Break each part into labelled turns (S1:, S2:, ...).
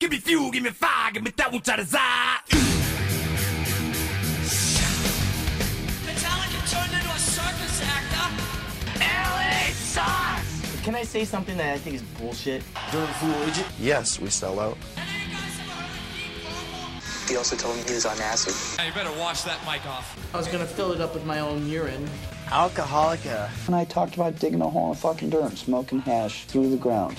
S1: give me fuel, give me fire, give me that which I desire.
S2: Metallica turned into a circus actor.
S3: Can I say something that I think is bullshit?
S4: Yes, we sell out.
S2: And then you guys ever heard of Deep Purple?
S5: He also told me he was on acid.
S6: you better wash that mic off.
S3: I was gonna fill it up with my own urine.
S7: Alcoholica.
S8: And I talked about digging a hole in fucking dirt, smoking hash through the ground.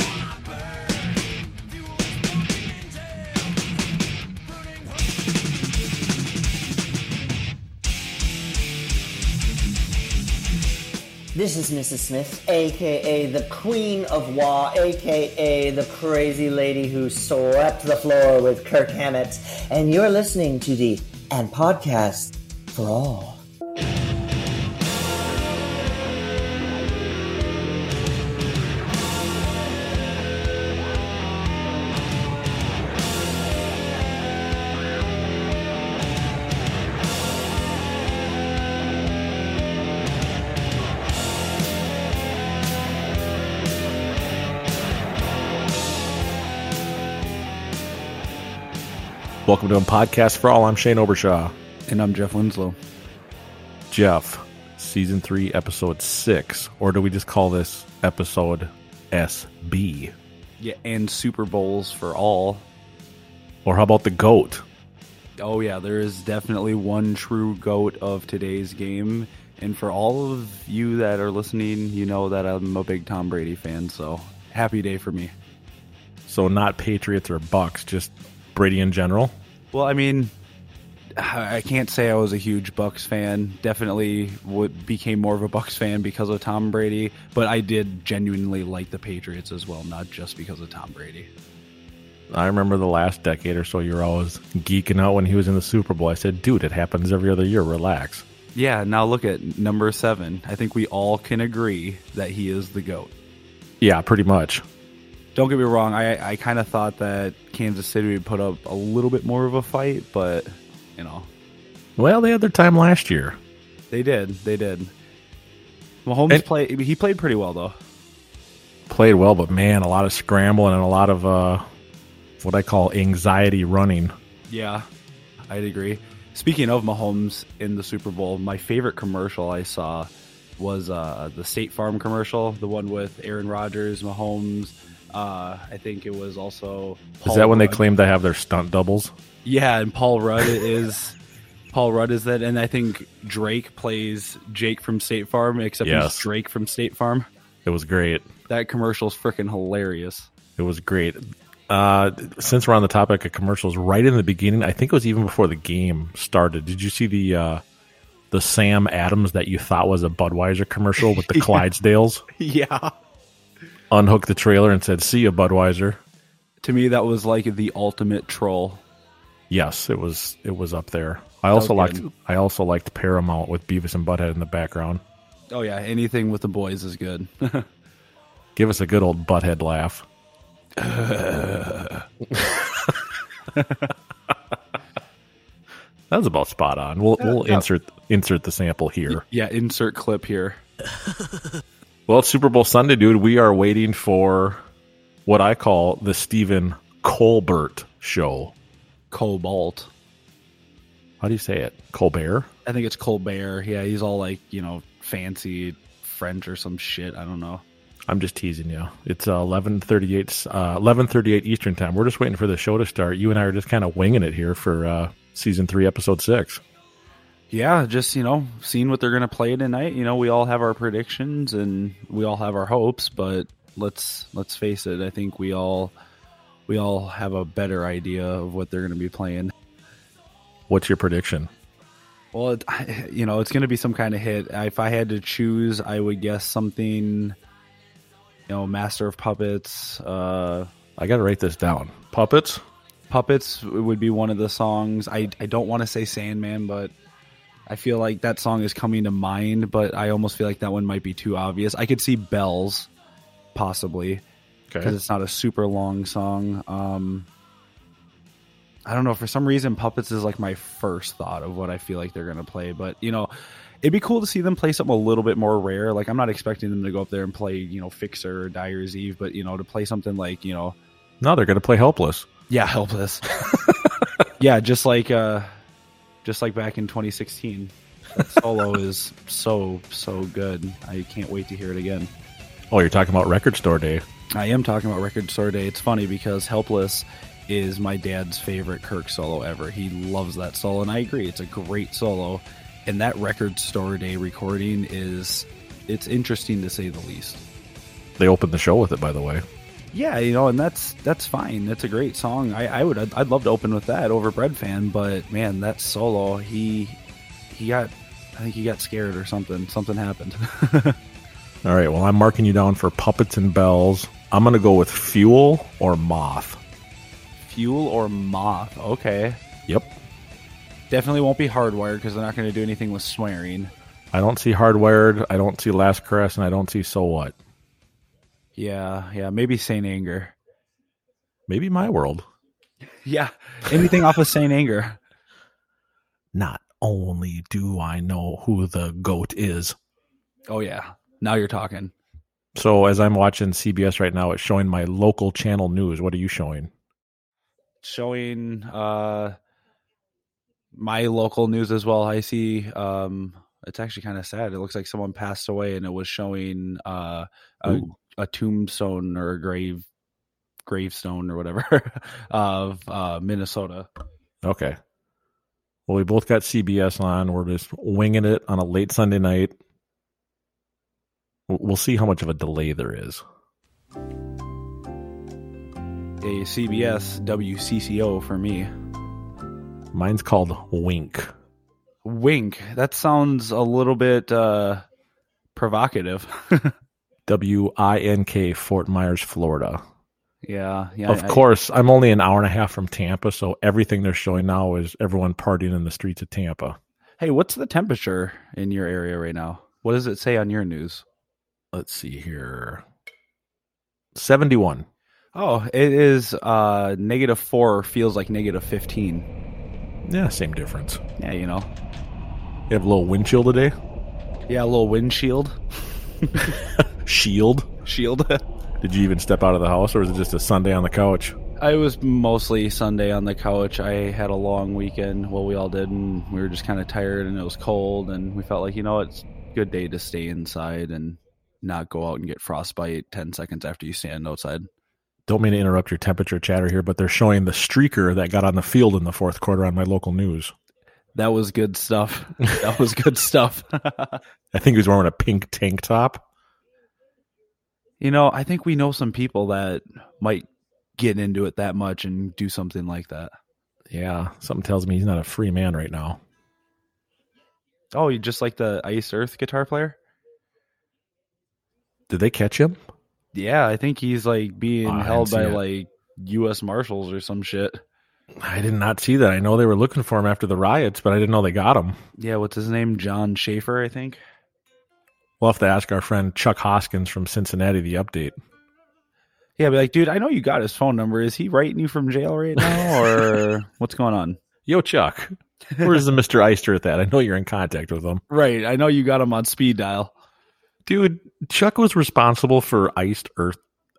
S6: go!
S9: This is Mrs. Smith, aka the Queen of Wah, aka the crazy lady who swept the floor with Kirk Hammett, and you're listening to the and podcast for all.
S10: Welcome to a podcast for all. I'm Shane Obershaw.
S8: And I'm Jeff Winslow.
S10: Jeff, season three, episode six, or do we just call this episode SB?
S8: Yeah, and Super Bowls for all.
S10: Or how about the goat?
S8: Oh yeah, there is definitely one true goat of today's game. And for all of you that are listening, you know that I'm a big Tom Brady fan, so happy day for me.
S10: So not Patriots or Bucks, just Brady in general.
S8: Well, I mean, I I can't say I was a huge Bucks fan. Definitely would, became more of a Bucks fan because of Tom Brady, but I did genuinely like the Patriots as well, not just because of Tom Brady.
S10: I remember the last decade or so, you were always geeking out when he was in the Super Bowl. I said, dude, it happens every other year. Relax.
S8: Yeah, now look at number seven. I think we all can agree that he is the GOAT.
S10: Yeah, pretty much.
S8: Don't get me wrong, I, I kind of thought that Kansas City would put up a little bit more of a fight, but, you know,
S10: Well, they had their time last year.
S8: they did. They did. Mahomes
S10: And-
S8: played, he played pretty well, though.
S10: Played well, but man, a lot of scrambling and a lot of uh, what I call anxiety running.
S8: Yeah, I'd agree. Speaking of Mahomes in the Super Bowl, my favorite commercial I saw was uh, the State Farm commercial, the one with Aaron Rodgers, Mahomes. Uh, I think it was also.
S10: Is that when they
S8: Rudd.
S10: claim to have their stunt doubles?
S8: Yeah, and Paul Rudd is. Paul Rudd is that, and I think Drake plays Jake from State Farm, except
S10: Yes.
S8: he's Drake from State Farm.
S10: It was great.
S8: That commercial's freaking hilarious.
S10: It was great. Uh, since we're on the topic of commercials, right in the beginning, I think it was even before the game started. Did you see the uh, the Sam Adams that you thought was a Budweiser commercial with the Clydesdales?
S8: Yeah.
S10: Unhooked the trailer and said, "See you, Budweiser."
S8: To me, that was like the ultimate troll.
S10: Yes, it was. It was up there. I also
S8: was
S10: liked.
S8: good.
S10: I also liked Paramount with Beavis and Butthead in the background.
S8: Oh yeah, anything with the boys is good.
S10: Give us a good old Butthead laugh. That was about spot on. We'll, we'll insert insert the sample here.
S8: yeah, insert clip here.
S10: Well, it's Super Bowl Sunday, dude. We are waiting for what I call the Stephen Colbert show.
S8: Cobalt.
S10: How do you say it? Colbert?
S8: I think it's Colbert. Yeah, he's all like, you know, fancy French or some shit. I don't know.
S10: I'm just teasing you. It's uh, 11:38 uh, 11:38 Eastern time. We're just waiting for the show to start. You and I are just kind of winging it here for uh, season 3 episode 6.
S8: Yeah, just, you know, seeing what they're going to play tonight. You know, we all have our predictions and we all have our hopes, but let's let's face it. I think we all we all have a better idea of what they're going to be playing.
S10: What's your prediction?
S8: Well, it, you know, it's going to be some kind of hit. If I had to choose, I would guess something you know, Master of Puppets, uh
S10: I got to write this down. Puppets?
S8: Puppets would be one of the songs. I, I don't want to say Sandman, but I feel like that song is coming to mind, but I almost feel like that one might be too obvious. I could see Bells, possibly, because
S10: Okay.
S8: it's not a super long song. Um, I don't know. For some reason, Puppets is like my first thought of what I feel like they're going to play. But, you know, it'd be cool to see them play something a little bit more rare. Like, I'm not expecting them to go up there and play, you know, Fixer or Dyer's Eve, but, you know, to play something like, you know,
S10: No, they're going to play Helpless.
S8: yeah, helpless. yeah, just like uh just like back in 2016. That solo is so so good. I can't wait to hear it again.
S10: Oh, you're talking about Record Store Day.
S8: I am talking about Record Store Day. It's funny because Helpless is my dad's favorite Kirk solo ever. He loves that solo, and I agree. It's a great solo, and that Record Store Day recording is it's interesting to say the least.
S10: They opened the show with it, by the way.
S8: Yeah, you know, and that's that's fine. That's a great song. I, I would I'd, I'd love to open with that over Bread Fan, but man, that solo he he got I think he got scared or something. Something happened.
S10: All right. Well, I'm marking you down for Puppets and Bells. I'm going to go with Fuel or Moth.
S8: Fuel or Moth? Okay,
S10: Yep.
S8: definitely won't be Hardwired because they're not going to do anything with swearing.
S10: I don't see Hardwired. I don't see Last Caress, and I don't see So What.
S8: Yeah, yeah, maybe Saint Anger.
S10: Maybe My World.
S8: Yeah, anything off of Saint Anger.
S10: Not only do I know who the goat is.
S8: Oh yeah, now you're talking.
S10: So as I'm watching CBS right now, it's showing my local channel news. What are you showing?
S8: Showing uh my local news as well. I see um it's actually kind of sad. It looks like someone passed away and it was showing uh a,
S10: Ooh.
S8: a tombstone or a grave gravestone or whatever of uh Minnesota.
S10: Okay. Well, we both got CBS on. We're just winging it on a late Sunday night. W- We'll see how much of a delay there is.
S8: A CBS WCCO for me.
S10: Mine's called Wink.
S8: Wink. That sounds a little bit uh provocative.
S10: W I N K, Fort Myers, Florida.
S8: yeah, yeah.
S10: of
S8: I-
S10: course, I'm only an hour and a half from Tampa, so everything they're showing now is everyone partying in the streets of Tampa.
S8: Hey, what's the temperature in your area right now? What does it say on your news?
S10: Let's see here 71.
S8: Oh, it is uh negative four feels like negative fifteen.
S10: Yeah, same difference.
S8: Yeah, you know.
S10: You have a little wind chill today?
S8: Yeah, a little windshield.
S10: Shield?
S8: Shield.
S10: Did you even step out of the house, or was it just a Sunday on the couch?
S8: I was mostly Sunday on the couch. I had a long weekend. Well, we all did, and we were just kind of tired, and it was cold, and we felt like you know it's a good day to stay inside and not go out and get frostbite ten seconds after you stand outside.
S10: Don't mean to interrupt your temperature chatter here, but they're showing the streaker that got on the field in the fourth quarter on my local news.
S8: That was good stuff. That was good stuff.
S10: I think he was wearing a pink tank top.
S8: You know, I think we know some people that might get into it that much and do something like that.
S10: Yeah, something tells me he's not a free man right now.
S8: Oh, you just like the Ice Earth guitar player?
S10: Did they catch him?
S8: Yeah, I think he's like being
S10: I
S8: held by
S10: didn't see
S8: like U.S. Marshals or some shit.
S10: I did not see that. I know they were looking for him after the riots, but I didn't know they got him.
S8: Yeah, what's his name? John Schaefer, I think.
S10: We'll have to ask our friend Chuck Hoskins from Cincinnati the update.
S8: Yeah, be like, dude, I know you got his phone number. Is he writing you from jail right now, or what's going on?
S10: Yo, Chuck, where's the Mr. Eister at that? I know you're in contact with him.
S8: Right, I know you got him on speed dial.
S10: Dude, Chuck was responsible for Iced Earth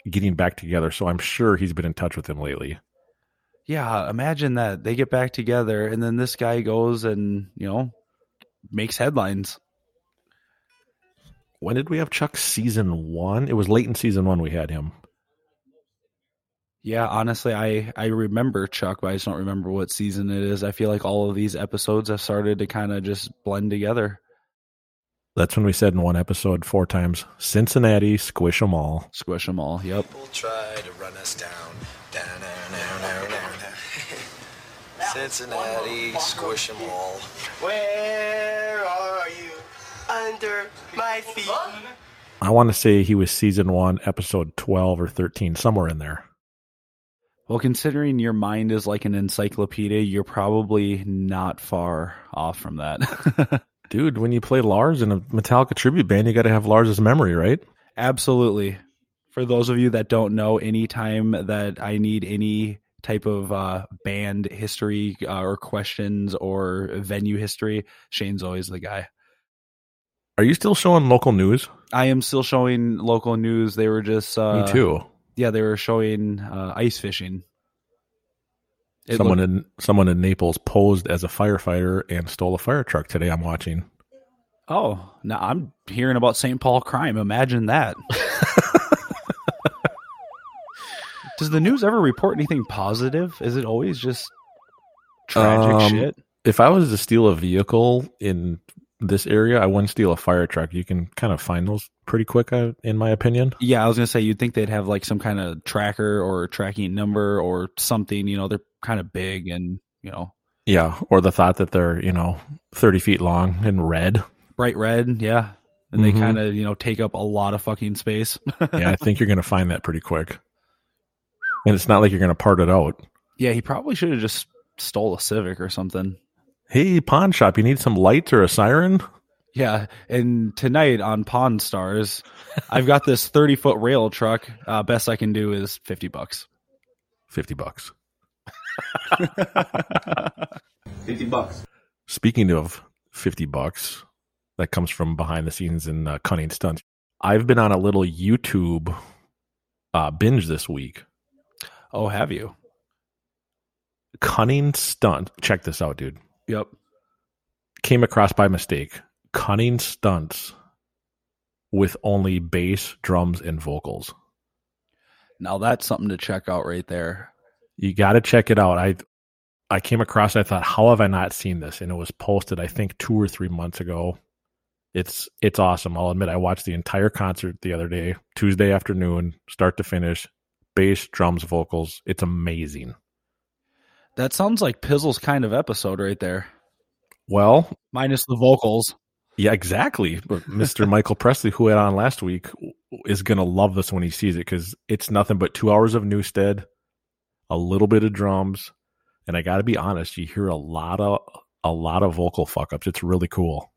S10: getting back together, so I'm sure he's been in touch with him lately.
S8: Yeah, imagine that they get back together, and then this guy goes and you know makes headlines.
S10: When did we have Chuck season one? It was late in season one we had him.
S8: Yeah, honestly, I I remember Chuck, but I just don't remember what season it is. I feel like all of these episodes have started to kind of just blend together.
S10: That's when we said in one episode four times Cincinnati, squish them all.
S8: Squish them all. Yep.
S11: People try to run us down. down, down, down, down, down. Cincinnati, squish 'em all.
S12: Where are you? Under my feet.
S10: I want to say he was season one, episode 12 or 13, somewhere in there.
S8: Well, considering your mind is like an encyclopedia, you're probably not far off from that.
S10: Dude, when you play Lars in a Metallica tribute band, you got to have Lars's memory, right?
S8: Absolutely. For those of you that don't know, anytime that I need any type of uh, band history uh, or questions or venue history, Shane's always the guy.
S10: Are you still showing local news?
S8: I am still showing local news. They were just uh,
S10: Me too.
S8: Yeah, they were showing uh, ice fishing. It
S10: someone
S8: looked-
S10: in someone in Naples posed as a firefighter and stole a fire truck today. I'm watching.
S8: oh, now I'm hearing about St. Paul crime. Imagine that. Does the news ever report anything positive? Is it always just tragic
S10: Um,
S8: shit?
S10: If I was to steal a vehicle in this area, I wouldn't steal a fire truck. You can kind of find those pretty quick, uh, in my opinion.
S8: Yeah, I was gonna say you'd think they'd have like some kind of tracker or tracking number or something. You know, they're kind of big and you know
S10: Yeah, or the thought that they're you know thirty feet long and red.
S8: bright red. Yeah, and they
S10: Mhm.
S8: kind of you know take up a lot of fucking space.
S10: Yeah, I think you're going to find that pretty quick. And it's not like you're going to part it out.
S8: yeah, he probably should have just stole a Civic or something.
S10: Hey, pawn shop, you need some lights or a siren?
S8: Yeah, and tonight on Pawn Stars, I've got this thirty foot rail truck. Uh, best I can do is fifty bucks.
S10: Fifty bucks.
S13: 50 bucks.
S10: Speaking of 50 bucks, that comes from behind the scenes in uh, Cunning Stunts. I've been on a little YouTube uh, binge this week.
S8: Oh, have you?
S10: Cunning Stunt. Check this out, dude.
S8: Yep.
S10: Came across by mistake. Cunning Stunts with only bass, drums, and vocals.
S8: Now that's something to check out right there.
S10: You got to check it out. I I came across. it, I thought, how have I not seen this? And it was posted, I think, two or three months ago. It's it's awesome. I'll admit, I watched the entire concert the other day, Tuesday afternoon, start to finish, bass, drums, vocals. It's amazing.
S8: That sounds like Pizzle's kind of episode right there,
S10: Well,
S8: minus the vocals.
S10: yeah, exactly. But Mr. Michael Presley, who had on last week, w- is gonna love this when he sees it because it's nothing but two hours of Newstead, a little bit of drums, and I got to be honest, you hear a lot of a lot of vocal fuck ups. It's really cool.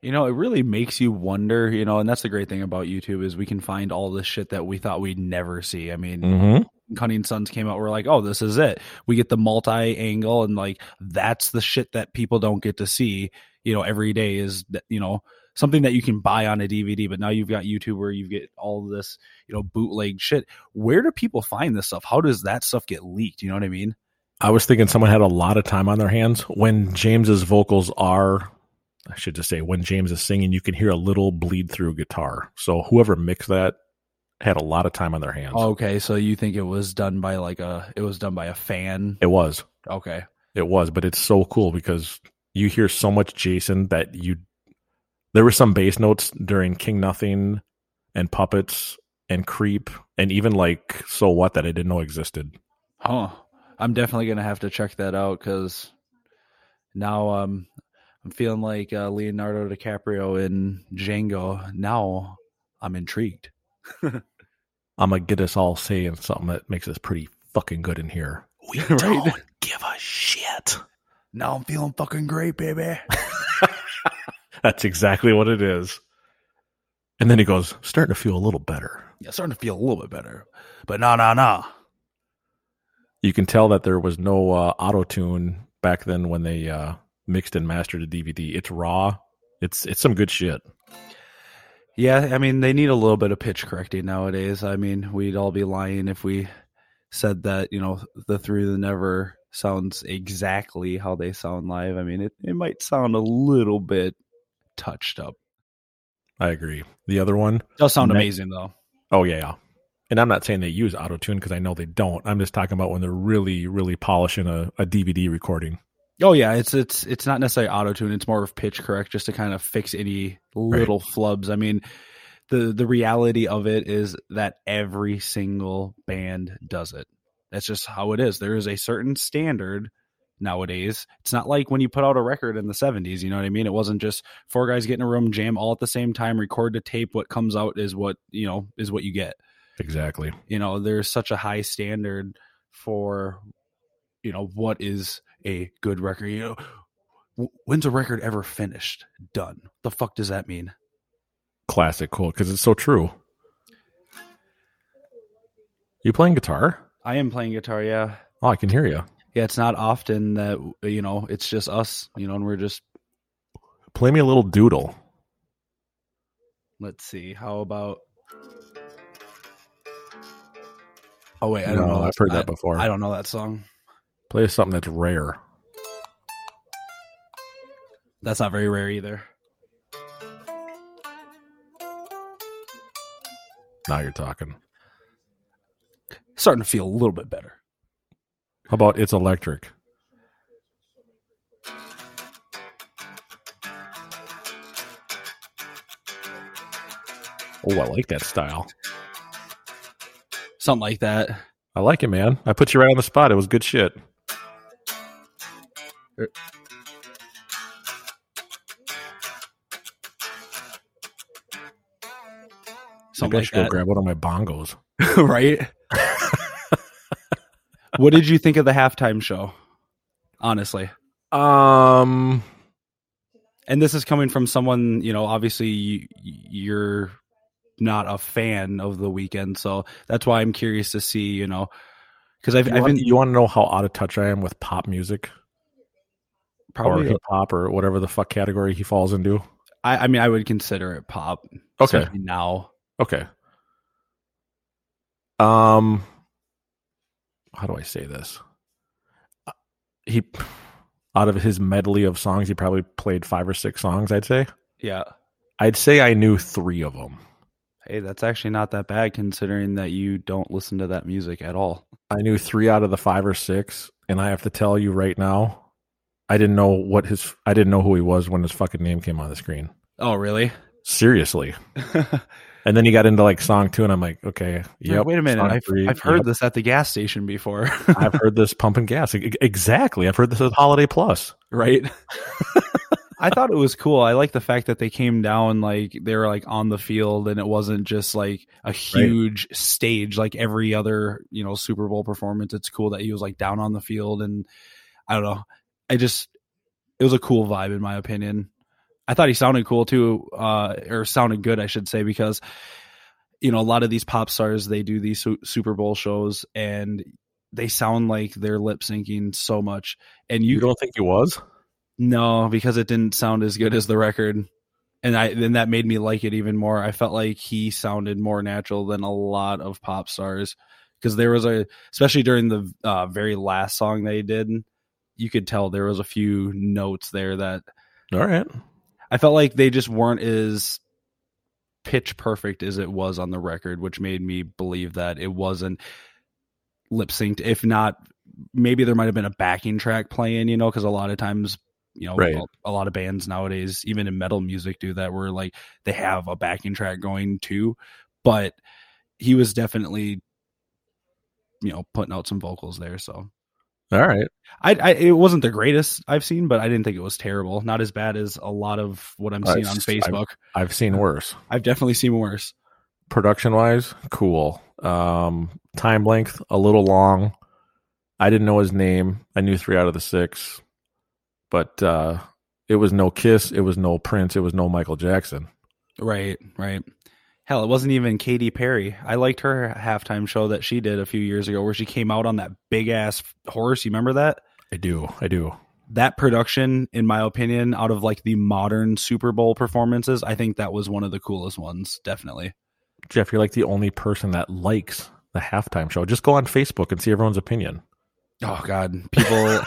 S8: You know, it really makes you wonder, you know, and that's the great thing about YouTube is we can find all this shit that we thought we'd never see. I mean,
S10: Mhm.
S8: Cunning Sons came out, we're like, oh, this is it. We get the multi angle, and like, that's the shit that people don't get to see, you know, every day is, that you know, something that you can buy on a DVD. But now you've got YouTube where you get all this, you know, bootleg shit. Where do people find this stuff? How does that stuff get leaked? You know what I mean?
S10: I was thinking someone had a lot of time on their hands when James's vocals are I should just say when James is singing you can hear a little bleed through guitar. So whoever mixed that had a lot of time on their hands.
S8: Okay, so you think it was done by like a, it was done by a fan?
S10: It was.
S8: Okay.
S10: It was, but it's so cool because you hear so much Jason that you there were some bass notes during King Nothing and Puppets and Creep and even like So What that I didn't know existed.
S8: Huh. I'm definitely gonna have to check that out because now um I'm feeling like uh, Leonardo DiCaprio in Django. Now I'm intrigued.
S10: I'm gonna get us all saying something that makes us pretty fucking good in here. We
S8: right?
S10: give a shit.
S8: Now I'm feeling fucking great, baby.
S10: That's exactly what it is. And then he goes, starting to feel a little better.
S8: Yeah, starting to feel a little bit better. But nah nah nah.
S10: You can tell that there was no uh, auto tune back then when they uh, mixed and mastered a DVD. It's raw. It's it's some good shit.
S8: Yeah, I mean they need a little bit of pitch correcting nowadays. I mean, we'd all be lying if we said that, you know, the through the never sounds exactly how they sound live. I mean, it, it might sound a little bit touched up.
S10: I agree. The other one
S8: Does sound
S10: Ne-
S8: amazing though.
S10: Oh yeah, yeah. And I'm not saying they use auto tune because I know they don't. I'm just talking about when they're really really polishing a, a DVD recording.
S8: Oh yeah, it's it's it's not necessarily auto tune. It's more of pitch correct, just to kind of fix any little flubs. I mean, the the reality of it is that every single band does it. That's just how it is. There is a certain standard nowadays. It's not like when you put out a record in the '70s. You know what I mean? It wasn't just four guys get in a room, jam all at the same time, record to tape. What comes out is what you know is what you get
S10: Exactly.
S8: you know there's such a high standard for you know what is a good record you know w- when's a record ever finished done the fuck does that mean
S10: Classic quote because it's so true. You playing guitar?
S8: i am playing guitar yeah
S10: Oh, I can hear you.
S8: yeah it's not often that you know it's just us you know and we're just
S10: Play me a little doodle.
S8: let's see how about oh wait i don't
S10: No,
S8: know
S10: I've heard
S8: I-
S10: that before.
S8: i don't know that song
S10: Play us something that's rare.
S8: that's not very rare either
S10: Now you're talking.
S8: starting to feel a little bit better
S10: How about it's electric? Oh, I like that style.
S8: something like that
S10: I like it, man. I put you right on the spot. It was good shit.
S8: Something
S10: I
S8: like
S10: should go
S8: that.
S10: grab one of my bongos.
S8: right? what did you think of the halftime show? Honestly.
S10: Um
S8: and this is coming from someone, you know, obviously you, you're not a fan of the weekend, so that's why I'm curious to see, you know, cuz I've,
S10: You,
S8: I've
S10: want,
S8: been
S10: you want to know how out of touch I am with pop music? or
S8: Probably-
S10: hip hop or whatever the fuck category he falls into.
S8: I, I mean I would consider it pop.
S10: Okay.
S8: especially Now.
S10: Okay. Um how do I say this? Uh, He out of his medley of songs, he probably played five or six songs, I'd say.
S8: Yeah.
S10: I'd say I knew 3 of them.
S8: Hey, that's actually not that bad considering that you don't listen to that music at all.
S10: I knew 3 out of the 5 or 6 and I have to tell you right now, I didn't know what his I didn't know who he was when his fucking name came on the screen.
S8: Oh, really?
S10: Seriously. and then he got into like song 2 and I'm like, okay, yeah.
S8: Wait a minute. I've, I've heard this at the gas station before.
S10: I've heard this pumping gas. E- Exactly. I've heard this at Holiday Plus.
S8: right? I thought it was cool. I like the fact that they came down like they were like on the field and it wasn't just like a huge stage like every other, you know, Super Bowl performance. It's cool that he was like down on the field and I don't know. I just it was a cool vibe in my opinion. I thought he sounded cool too, uh, or sounded good, I should say, because you know a lot of these pop stars they do these su- Super Bowl shows and they sound like they're lip syncing so much. And you,
S10: You don't think he was?
S8: no, because it didn't sound as good as the record, and I then that made me like it even more. I felt like he sounded more natural than a lot of pop stars because there was a especially during the uh, very last song they did, you could tell there was a few notes there that
S10: All right.
S8: I felt like they just weren't as pitch perfect as it was on the record, which made me believe that it wasn't lip synced. If not, maybe there might have been a backing track playing, you know, because a lot of times, you know,
S10: Right.
S8: a, lot of bands nowadays, even in metal music, do that where like they have a backing track going too. But he was definitely, you know, putting out some vocals there. So
S10: All right.
S8: I, I it wasn't the greatest I've seen, but I didn't think it was terrible. Not as bad as a lot of what I'm
S10: Uh,
S8: seeing on Facebook.
S10: I've, I've seen worse.
S8: I've, definitely seen worse.
S10: Production wise, cool. Um, time length, a little long. I didn't know his name. I knew three out of the six, but uh, it was no Kiss. It was no Prince. It was no Michael Jackson.
S8: Right, right. Hell, it wasn't even Katy Perry. I liked her halftime show that she did a few years ago, where she came out on that big ass horse. You remember that?
S10: I do. I do.
S8: That production, in my opinion, out of like the modern Super Bowl performances, I think that was one of the coolest ones. Definitely.
S10: Jeff, you're like the only person that likes the halftime show. Just go on Facebook and see everyone's opinion.
S8: Oh God, people!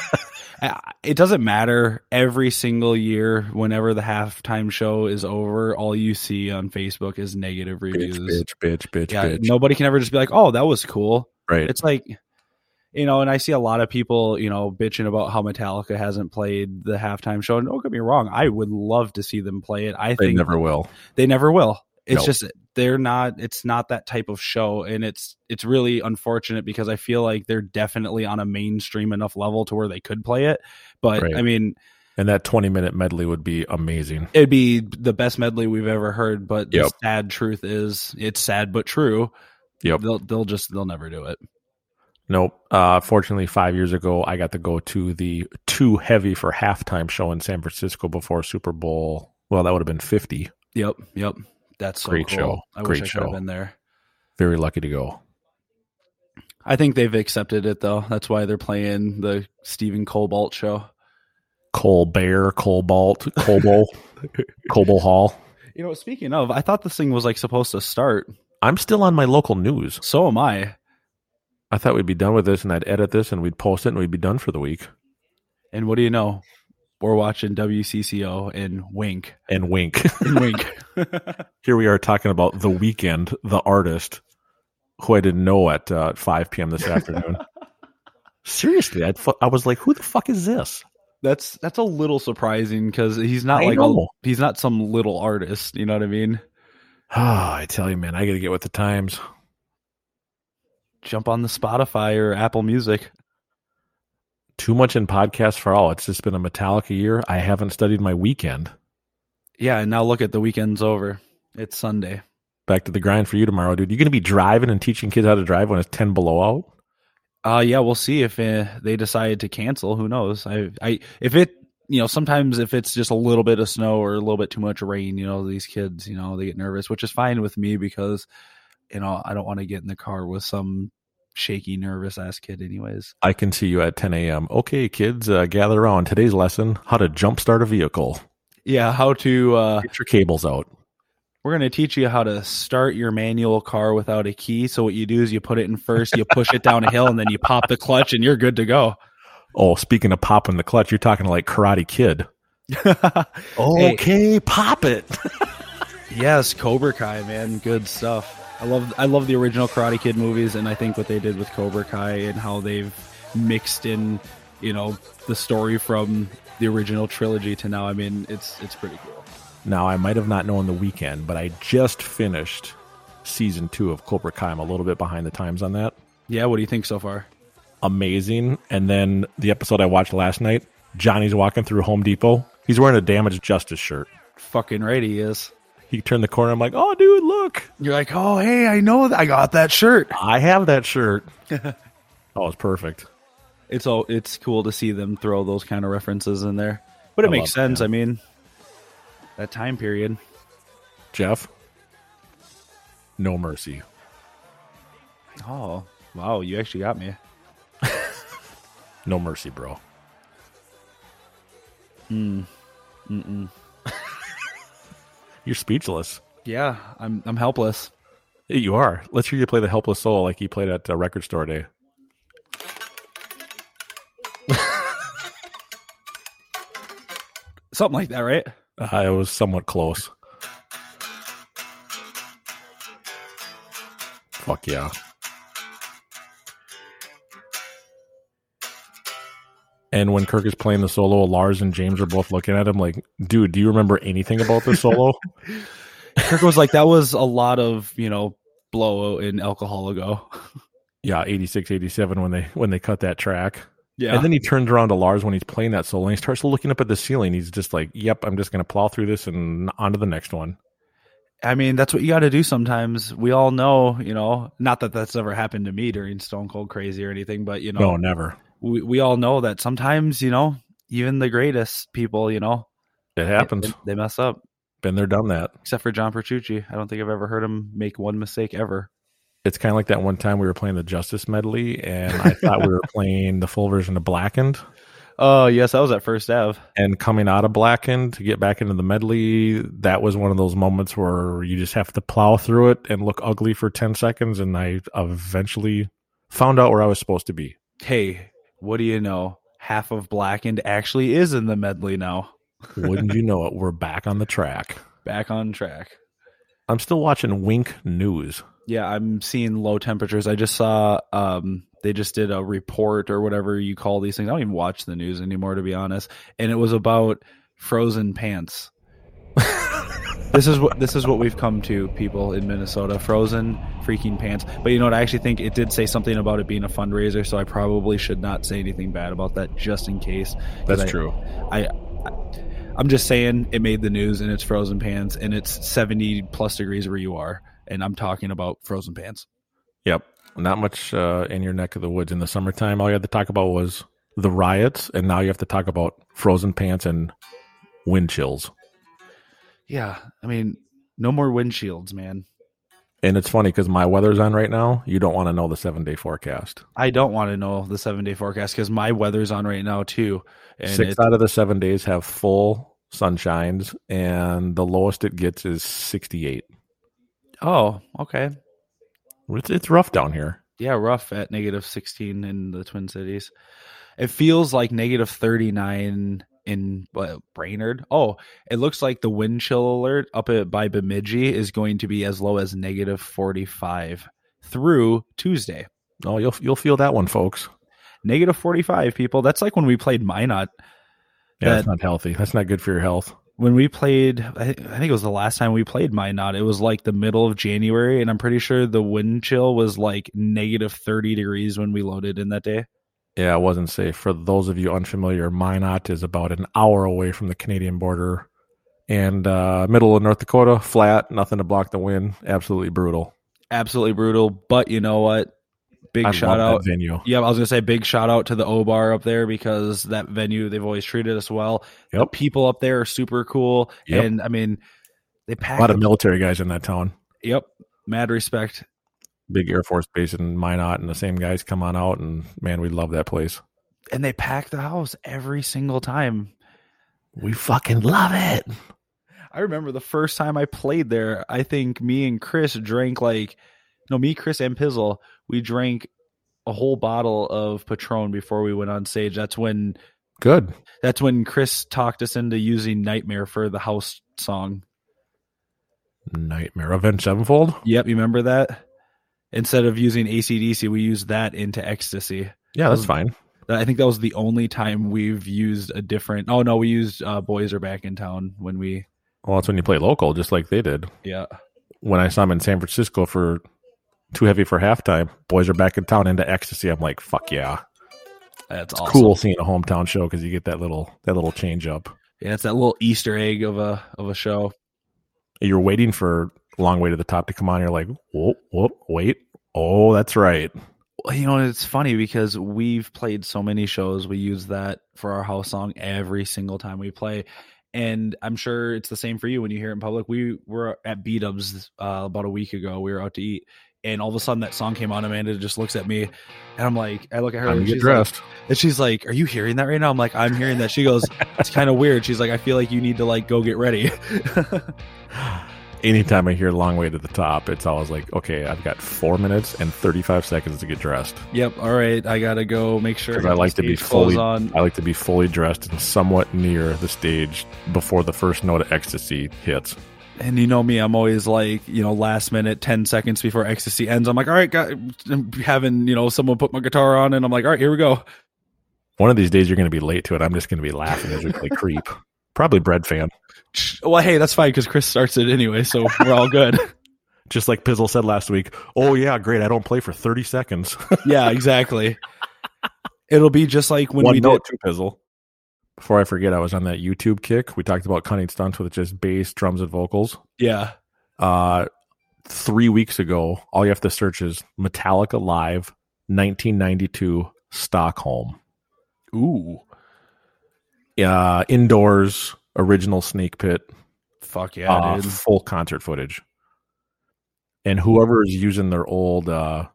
S8: I- it doesn't matter. Every single year, whenever the halftime show is over, all you see on Facebook is negative reviews.
S10: Bitch, bitch, bitch,
S8: yeah,
S10: bitch.
S8: nobody can ever just be like, "Oh, that was cool."
S10: Right.
S8: It's like, you know, and I see a lot of people, you know, bitching about how Metallica hasn't played the halftime show. And don't get me wrong, I would love to see them play it. I
S10: They
S8: think
S10: never will.
S8: they never will it's
S10: No.
S8: just they're not it's not that type of show and it's it's really unfortunate because i feel like they're definitely on a mainstream enough level to where they could play it but
S10: Right.
S8: i mean
S10: And that 20 minute medley would be amazing.
S8: it'd be the best medley we've ever heard but the
S10: Yep.
S8: sad truth is it's sad but true
S10: Yep.
S8: they'll they'll just they'll never do it
S10: Nope. Uh, fortunately, five years ago, I got to go to the too heavy for halftime show in San Francisco before Super Bowl. Well, that would have been fifty.
S8: Yep, yep. That's so
S10: great
S8: cool.
S10: show.
S8: I
S10: great
S8: wish I
S10: show.
S8: could have been there.
S10: Very lucky to go.
S8: I think they've accepted it though. That's why they're playing the Stephen Colbalt show.
S10: Cole Bear, Cobalt, Cobol, Cobol Hall.
S8: You know, speaking of, I thought this thing was like supposed to start.
S10: I'm still on my local news.
S8: So am I.
S10: I thought we'd be done with this, and I'd edit this, and we'd post it, and we'd be done for the week.
S8: And what do you know? We're watching WCCO and Wink.
S10: And wink.
S8: And Wink.
S10: Here we are talking about the weekend, the artist, who I didn't know at uh, 5 p.m. this afternoon. Seriously, I, fu- I was like, who the fuck is this?
S8: That's that's a little surprising because he's not
S10: I
S8: like a,
S10: know.
S8: he's not some little artist. You know what I mean?
S10: Ah, I tell you, man, I got to get with the times.
S8: Jump on the Spotify or Apple Music.
S10: Too much in podcasts for all. It's just been a Metallica year. I haven't studied my weekend.
S8: Yeah, and now look at the weekend's over. It's Sunday.
S10: Back to the grind for you tomorrow, dude. You're going to be driving and teaching kids how to drive when it's 10 below out?
S8: Uh yeah, we'll see if uh, they decide to cancel. Who knows? I I if it you know sometimes if it's just a little bit of snow or a little bit too much rain, you know these kids you know they get nervous, which is fine with me because you know I don't want to get in the car with some shaky nervous ass kid anyways.
S10: I can see you at 10 a.m. Okay, kids, uh, gather around. Today's lesson how to jumpstart a vehicle.
S8: Yeah, how to uh
S10: Get your cables out.
S8: we're going to teach you how to start your manual car without a key. So what you do is you put it in first, you push it down a hill and then you pop the clutch and you're good to go.
S10: Oh, speaking of popping the clutch, you're talking like Karate Kid.
S8: Hey.
S10: okay, pop it.
S8: Yes, Cobra Kai, man, good stuff. I love I love the original Karate Kid movies, and I think what they did with Cobra Kai and how they've mixed in, you know, the story from the original trilogy to now. I mean, it's it's pretty cool.
S10: Now, I might have not known the weekend, but I just finished season two of Cobra Kai. I'm a little bit behind the times on that.
S8: Yeah, what do you think so far?
S10: Amazing. And then the episode I watched last night, Johnny's walking through Home Depot. He's wearing a damaged justice shirt.
S8: Fucking right, he is.
S10: He turned the corner. I'm like, oh, dude, look.
S8: You're like, oh, hey, I know that I got that shirt.
S10: I have that shirt. oh, it's perfect.
S8: It's all it's cool to see them throw those kind of references in there, but it
S10: I
S8: makes
S10: love it,
S8: sense. I mean, that time period.
S10: Jeff, no mercy.
S8: Oh, wow, you actually got me.
S10: No mercy, bro.
S8: Mm. Mm-mm.
S10: You're speechless.
S8: Yeah, I'm I'm helpless.
S10: You are. Let's hear you play the helpless soul like you played at uh, record store day.
S8: Something like that, right?
S10: Uh, it was somewhat close. Fuck yeah. And when Kirk is playing the solo, Lars and James are both looking at him like, dude, do you remember anything about this solo?
S8: Kirk was like, that was a lot of, you know, blow in Alcoholico.
S10: yeah, 86, 87 when they when they cut that track.
S8: Yeah.
S10: And then he turns around to Lars when he's playing that solo and he starts looking up at the ceiling. He's just like, Yep, I'm just gonna plow through this and on to the next one.
S8: I mean, that's what you got to do sometimes. We all know, you know, not that that's ever happened to me during Stone Cold Crazy or anything, but, you know,
S10: no never.
S8: we, we all know that sometimes, you know, even the greatest people, you know,
S10: It happens.
S8: They, they mess up,
S10: Been there, done that.
S8: except for John Petrucci. I don't think I've ever heard him make one mistake ever.
S10: It's kind of like that one time we were playing the Justice medley, and I thought we were playing the full version of Blackened.
S8: Oh, yes, that was at first Ave.
S10: And coming out of Blackened to get back into the medley, that was one of those moments where you just have to plow through it and look ugly for 10 seconds. And I eventually found out where I was supposed to be.
S8: Hey, what do you know? Half of Blackened actually is in the medley now.
S10: Wouldn't you know it? We're back on the track.
S8: Back on track.
S10: I'm still watching Wink News.
S8: Yeah, I'm seeing low temperatures. I just saw um they just did a report or whatever you call these things. I don't even watch the news anymore to be honest. And it was about frozen pants. this is what this is what we've come to, people in Minnesota. Frozen freaking pants. But you know what I actually think it did say something about it being a fundraiser, so I probably should not say anything bad about that just in case. 'Cause
S10: That's
S8: I-
S10: true.
S8: I, I I'm just saying it made the news and it's frozen pants and it's 70 plus degrees where you are and I'm talking about frozen pants.
S10: Yep. Not much uh, in your neck of the woods in the summertime. All you had to talk about was the riots, and now you have to talk about frozen pants and wind chills.
S8: Yeah, I mean, no more windshields, man.
S10: And it's funny because my weather's on right now. You don't want to know the seven day forecast.
S8: I don't want to know the seven day forecast because my weather's on right now too. And
S10: Six
S8: it's-
S10: out of the seven days have full sunshines, and the lowest it gets is 68.
S8: oh, okay.
S10: It's, it's rough down here.
S8: Yeah, rough at negative 16 in the Twin Cities. It feels like negative 39 in what, Brainerd. Oh, it looks like the wind chill alert up at, by Bemidji is going to be as low as negative 45 through Tuesday.
S10: Oh, you'll you'll feel that one, folks.
S8: Negative 45 people. That's like when we played Minot.
S10: Yeah, that's
S8: That-
S10: not healthy. That's not good for your health.
S8: when we played I, thi- I think it was the last time we played Minot, it was like the middle of January and I'm pretty sure the wind chill was like negative 30 degrees when we loaded in that day.
S10: Yeah, it wasn't safe. For those of you unfamiliar, Minot is about an hour away from the Canadian border and uh, middle of North Dakota, flat, nothing to block the wind. Absolutely brutal.
S8: Absolutely brutal, but you know what? Big
S10: I love
S8: shout
S10: that
S8: out.
S10: venue.
S8: Yeah, I was going to say big shout out to the O Bar up there because that venue they've always treated us well. The
S10: Yep.
S8: people up there are super cool
S10: Yep.
S8: and I mean they
S10: A
S8: pack
S10: lot of
S8: a-
S10: military guys in that town.
S8: Yep. Mad respect.
S10: Big Air Force base in Minot, and the same guys come on out, and man, we love that place.
S8: And they pack the house every single time.
S10: We fucking love it.
S8: I remember the first time I played there, I think me and Chris drank like no, me, Chris and Pizzle, we drank a whole bottle of Patron before we went on stage. That's when
S10: Good.
S8: that's when Chris talked us into using Nightmare for the house song.
S10: Nightmare. Avenged Sevenfold?
S8: Yep, you remember that? Instead of using ACDC, we used that into ecstasy.
S10: Yeah, that's fine.
S8: That- I think that was the only time we've used a different. Oh no, we used uh, "Boys Are Back in Town" when we.
S10: Well, that's when you play local, just like they did.
S8: Yeah,
S10: when I saw him in San Francisco for Too Heavy for Halftime, boys are back in town into ecstasy. I'm like, fuck yeah.
S8: that's
S10: It's
S8: awesome.
S10: cool seeing a hometown show because you get that little that little change up.
S8: Yeah, it's that little Easter egg of a of a show.
S10: You're waiting for long way to the top to come on. You're like, whoop, whoop, wait. Oh, that's right.
S8: Well, you know it's funny because we've played so many shows we use that for our house song every single time we play and i'm sure it's the same for you when you hear it in public we were at b-dubs uh, about a week ago we were out to eat and all of a sudden that song came on amanda just looks at me and i'm like i look at her
S10: Time to
S8: and
S10: get
S8: she's
S10: dressed.
S8: like, and she's like are you hearing that right now i'm like i'm hearing that she goes it's kind of weird she's like i feel like you need to like go get ready
S10: Anytime I hear long way to the top, it's always like, okay, I've got four minutes and 35 seconds to get dressed.
S8: yep all right i gotta go make sure
S10: Because I like to be
S8: stage clothes
S10: fully,
S8: on
S10: I like to be fully dressed and somewhat near the stage before the first note of ecstasy hits.
S8: And you know me, I'm always like, you know, last minute, 10 seconds before ecstasy ends. I'm like, all right, got, I'm having, you know, someone put my guitar on and I'm like, all right, here we go.
S10: One of these days you're going to be late to it. I'm just going to be laughing as we play creep. Probably bread fan.
S8: Well, hey, that's fine because Chris starts it anyway. So we're all good.
S10: Just like Pizzle said last week. Oh yeah, great. I don't play for 30 seconds.
S8: yeah, exactly. It'll be just like when
S10: One
S8: we
S10: note
S8: did.
S10: to Pizzle. Before I forget, I was on that YouTube kick. We talked about cunning stunts with just bass, drums, and vocals.
S8: Yeah.
S10: Uh, three weeks ago, all you have to search is Metallica Live 1992 Stockholm.
S8: Ooh.
S10: Uh, indoors, original Snake Pit.
S8: Fuck yeah,
S10: uh,
S8: dude.
S10: full concert footage. And whoever is using their old uh,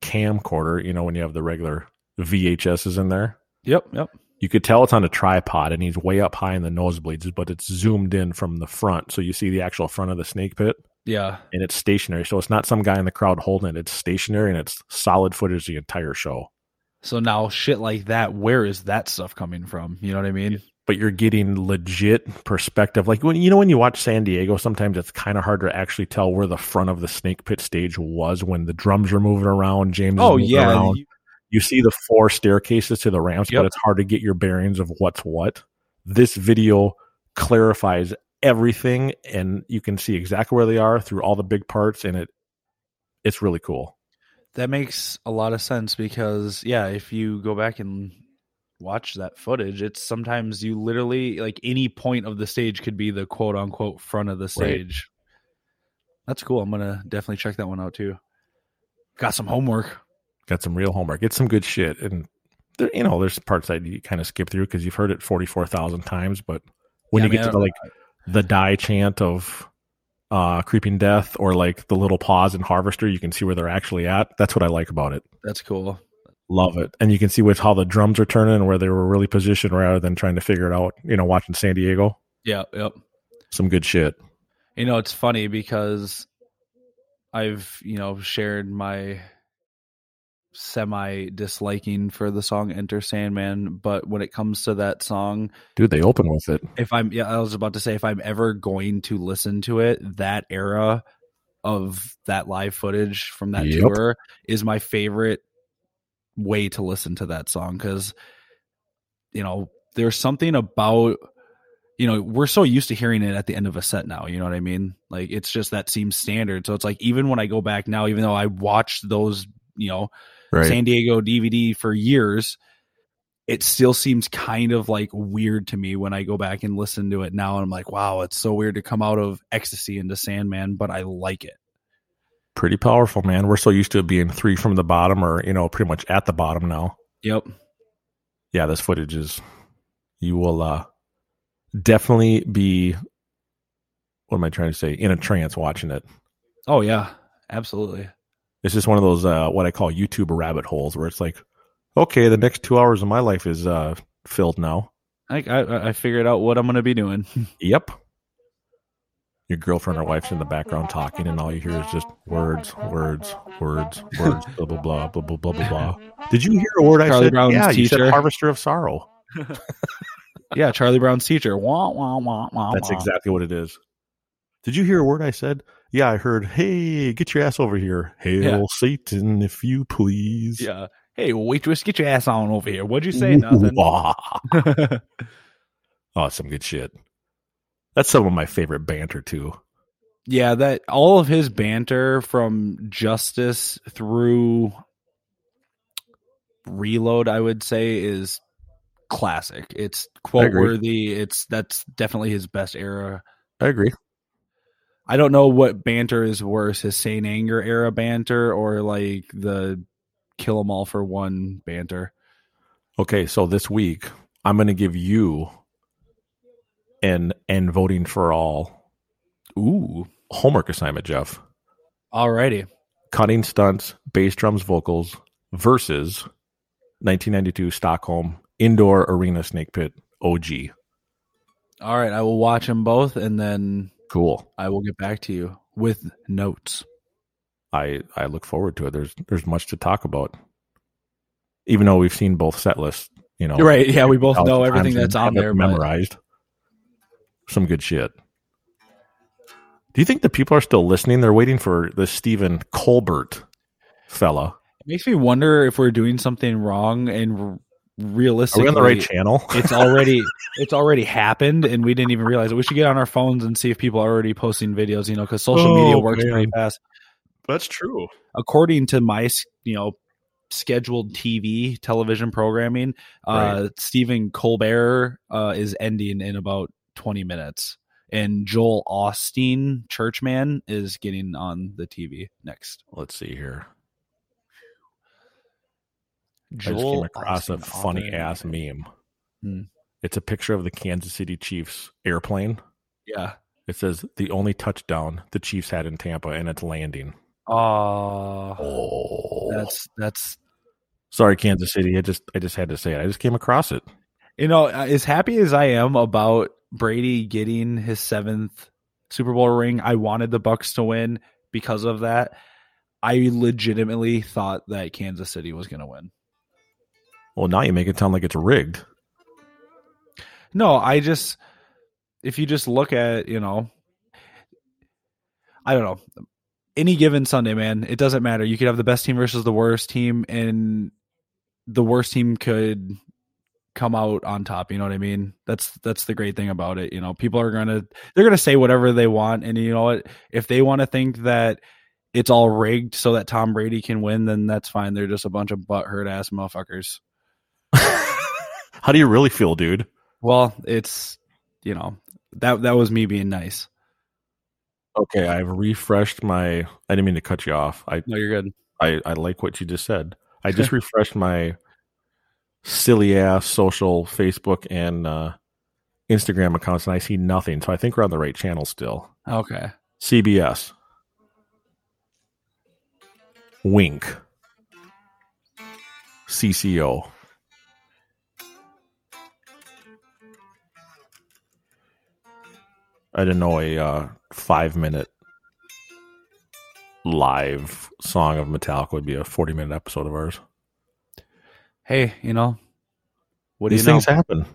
S10: camcorder, you know, when you have the regular VHSs in there,
S8: Yep. Yep.
S10: you could tell it's on a tripod and he's way up high in the nosebleeds, but it's zoomed in from the front. So you see the actual front of the snake pit
S8: Yeah.
S10: and it's stationary. So it's not some guy in the crowd holding it, it's stationary and it's solid footage the entire show.
S8: So now shit like that, where is that stuff coming from? You know what I mean?
S10: but you're getting legit perspective. Like when you know when you watch San Diego, sometimes it's kind of hard to actually tell where the front of the Snake Pit stage was when the drums are moving around. James, is
S8: Oh,
S10: moving
S8: yeah.
S10: around.
S8: You-
S10: You, see the four staircases to the ramps,
S8: Yep.
S10: but it's hard to get your bearings of what's what. This video clarifies everything, and you can see exactly where they are through all the big parts, and it it's really cool.
S8: That makes a lot of sense because yeah, if you go back and watch that footage, it's sometimes you literally like any point of the stage could be the quote unquote front of the stage. That's cool. I'm gonna definitely check that one out too. Got some homework.
S10: Got some real homework. Get some good shit. And there, you know, there's parts that you kind of skip through because you've heard it 44,000 times. But when
S8: Yeah,
S10: you
S8: I mean,
S10: get
S8: I
S10: to the,
S8: don't-
S10: like the die chant of uh, creeping death or like the little pause in harvester, you can see where they're actually at. That's what I like about it.
S8: That's cool.
S10: Love it. And you can see with how the drums are turning and where they were really positioned rather than trying to figure it out, you know, watching San Diego.
S8: Yeah, yep.
S10: Some good shit.
S8: You know, it's funny because I've, you know, shared my semi disliking for the song Enter Sandman, but when it comes to that song,
S10: Dude, they open with it.
S8: if I'm yeah, I was about to say if I'm ever going to listen to it, that era of that live footage from that
S10: Yep.
S8: tour is my favorite way to listen to that song cuz you know, there's something about you know, we're so used to hearing it at the end of a set now, you know what I mean? Like it's just that seems standard. So it's like even when I go back now even though I watched those, you know,
S10: Right.
S8: San Diego DVD for years, it still seems kind of like weird to me when I go back and listen to it now. And I'm like, wow, it's so weird to come out of ecstasy into Sandman, but I like it.
S10: Pretty powerful, man. We're so used to it being three from the bottom or, you know, pretty much at the bottom now.
S8: Yep.
S10: yeah, this footage is you will uh definitely be what am I trying to say? In a trance watching it.
S8: Oh, yeah. Absolutely.
S10: It's just one of those uh what I call YouTube rabbit holes where it's like, okay, the next two hours of my life is uh filled now.
S8: I, I, I figured out what I'm going to be doing.
S10: Yep. Your girlfriend or wife's in the background talking and all you hear is just words, words, words, words, blah blah blah blah blah blah blah blah. Did you hear a word I
S8: Charlie
S10: said?
S8: Brown's
S10: yeah, you said
S8: teacher.
S10: harvester of sorrow.
S8: yeah. Charlie Brown's teacher. Wah, wah, wah, wah,
S10: That's
S8: wah.
S10: exactly what it is. Did you hear a word I said? Yeah, I heard, hey, get your ass over here. Hail
S8: Yeah.
S10: Satan, if you please.
S8: Yeah. Hey, waitress, get your ass on over here. What'd you say? Nothing.
S10: Wah. ah. oh, some good shit. That's some of my favorite banter, too.
S8: Yeah, that all of his banter from Justice through Reload, I would say, is classic. It's quote
S10: agree.
S8: worthy. It's that's definitely his best era.
S10: I agree.
S8: I don't know what banter is worse, his Saint Anger era banter or like the kill 'em all for one banter.
S10: Okay, so this week, I'm going to give you an and voting for all
S8: ooh
S10: homework assignment, Jeff.
S8: Alrighty.
S10: Cutting stunts, bass drums, vocals versus 1992 Stockholm indoor arena snake pit OG.
S8: All right, I will watch them both and then
S10: Cool.
S8: I will get back to you with notes.
S10: I I look forward to it. There's there's much to talk about. Even though we've seen both set lists, you know.
S8: You're right. Yeah, we both know
S10: 50,000
S8: everything
S10: times
S8: that's
S10: and
S8: on
S10: have it
S8: there, but-
S10: Memorized. Some good shit. Do you think the people are still listening? They're waiting for the Stephen Colbert fella.
S8: It makes me wonder if we're doing something wrong and r- realistically
S10: right channel?
S8: it's already it's already happened and we didn't even realize it. We should get on our phones and see if people are already posting videos, you know, cuz social media
S10: Oh,
S8: works pretty fast.
S10: That's true.
S8: According to my, s- you know, scheduled TV television programming, uh Stephen Colbert uh is ending in about 20 minutes and Joel Austin Churchman is getting on the TV next.
S10: Let's see here. I just came
S8: Joel
S10: across a
S8: Austin,
S10: funny
S8: author.
S10: ass meme.
S8: Hmm.
S10: It's a picture of the Kansas City Chiefs airplane.
S8: Yeah.
S10: It says the only touchdown the Chiefs had in Tampa, and it's landing.
S8: Oh, that's that's
S10: Sorry, Kansas City. I just I just had to say it. I just came across it.
S8: you know as happy as I am about Brady getting his seventh Super Bowl ring. I wanted the Bucks to win because of that. I legitimately thought that Kansas City was going to win.
S10: Well, now you make it sound like it's rigged.
S8: No, I just if you just look at you know, I don't know. Any given Sunday, man, it doesn't matter. You could have the best team versus the worst team, and the worst team could come out on top. You know what I mean? That's that's the great thing about it. You know, people are gonna they're gonna say whatever they want, and you know what? If they want to think that it's all rigged so that Tom Brady can win, then that's fine. They're just a bunch of butthurt ass motherfuckers.
S10: How do you really feel, dude?
S8: Well, it's you know that that was me being nice.
S10: Okay, I've refreshed my. I didn't mean to cut you off. I
S8: No, you're good.
S10: I, I like what you just said. I just refreshed my silly ass social Facebook and uh, Instagram accounts, and I see nothing. So I think we're on the right channel still.
S8: Okay.
S10: CBS. Wink. CCO. I didn't know a uh, five minute live song of Metallica would be a 40 minute episode of ours.
S8: Hey, you know, what
S10: These
S8: do you
S10: things
S8: know?
S10: happen.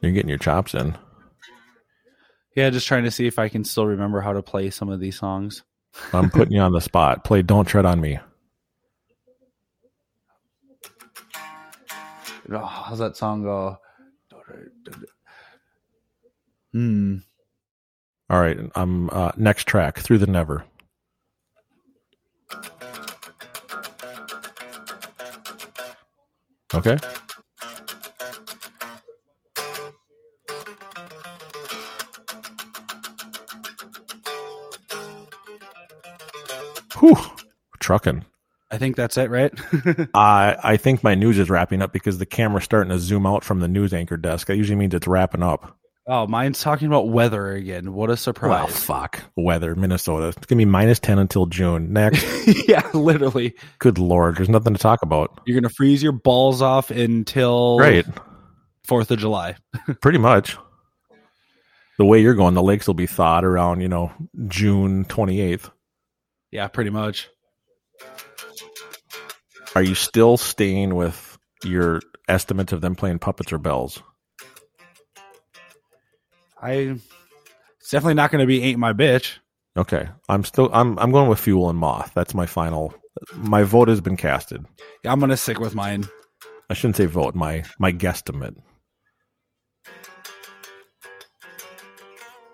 S10: You're getting your chops in.
S8: Yeah, just trying to see if I can still remember how to play some of these songs.
S10: I'm putting you on the spot. Play Don't Tread on Me.
S8: Oh, how's that song go? Hmm.
S10: All right. I'm uh, next track Through the Never. Okay. Whew. Trucking.
S8: I think that's it, right?
S10: I I think my news is wrapping up because the camera's starting to zoom out from the news anchor desk. That usually means it's wrapping up.
S8: Oh, mine's talking about weather again. What a surprise.
S10: Well, fuck. Weather, Minnesota. It's going to be minus 10 until June. Next.
S8: yeah, literally.
S10: Good Lord. There's nothing to talk about.
S8: You're going to freeze your balls off until
S10: Right.
S8: 4th of July.
S10: Pretty much. The way you're going, the lakes will be thawed around, you know, June 28th.
S8: Yeah, pretty much.
S10: Are you still staying with your estimates of them playing puppets or bells?
S8: I it's definitely not going to be ain't my bitch.
S10: Okay. I'm still, I'm, I'm going with fuel and moth. That's my final, my vote has been casted.
S8: Yeah, I'm going to stick with mine.
S10: I shouldn't say vote, my, my guesstimate.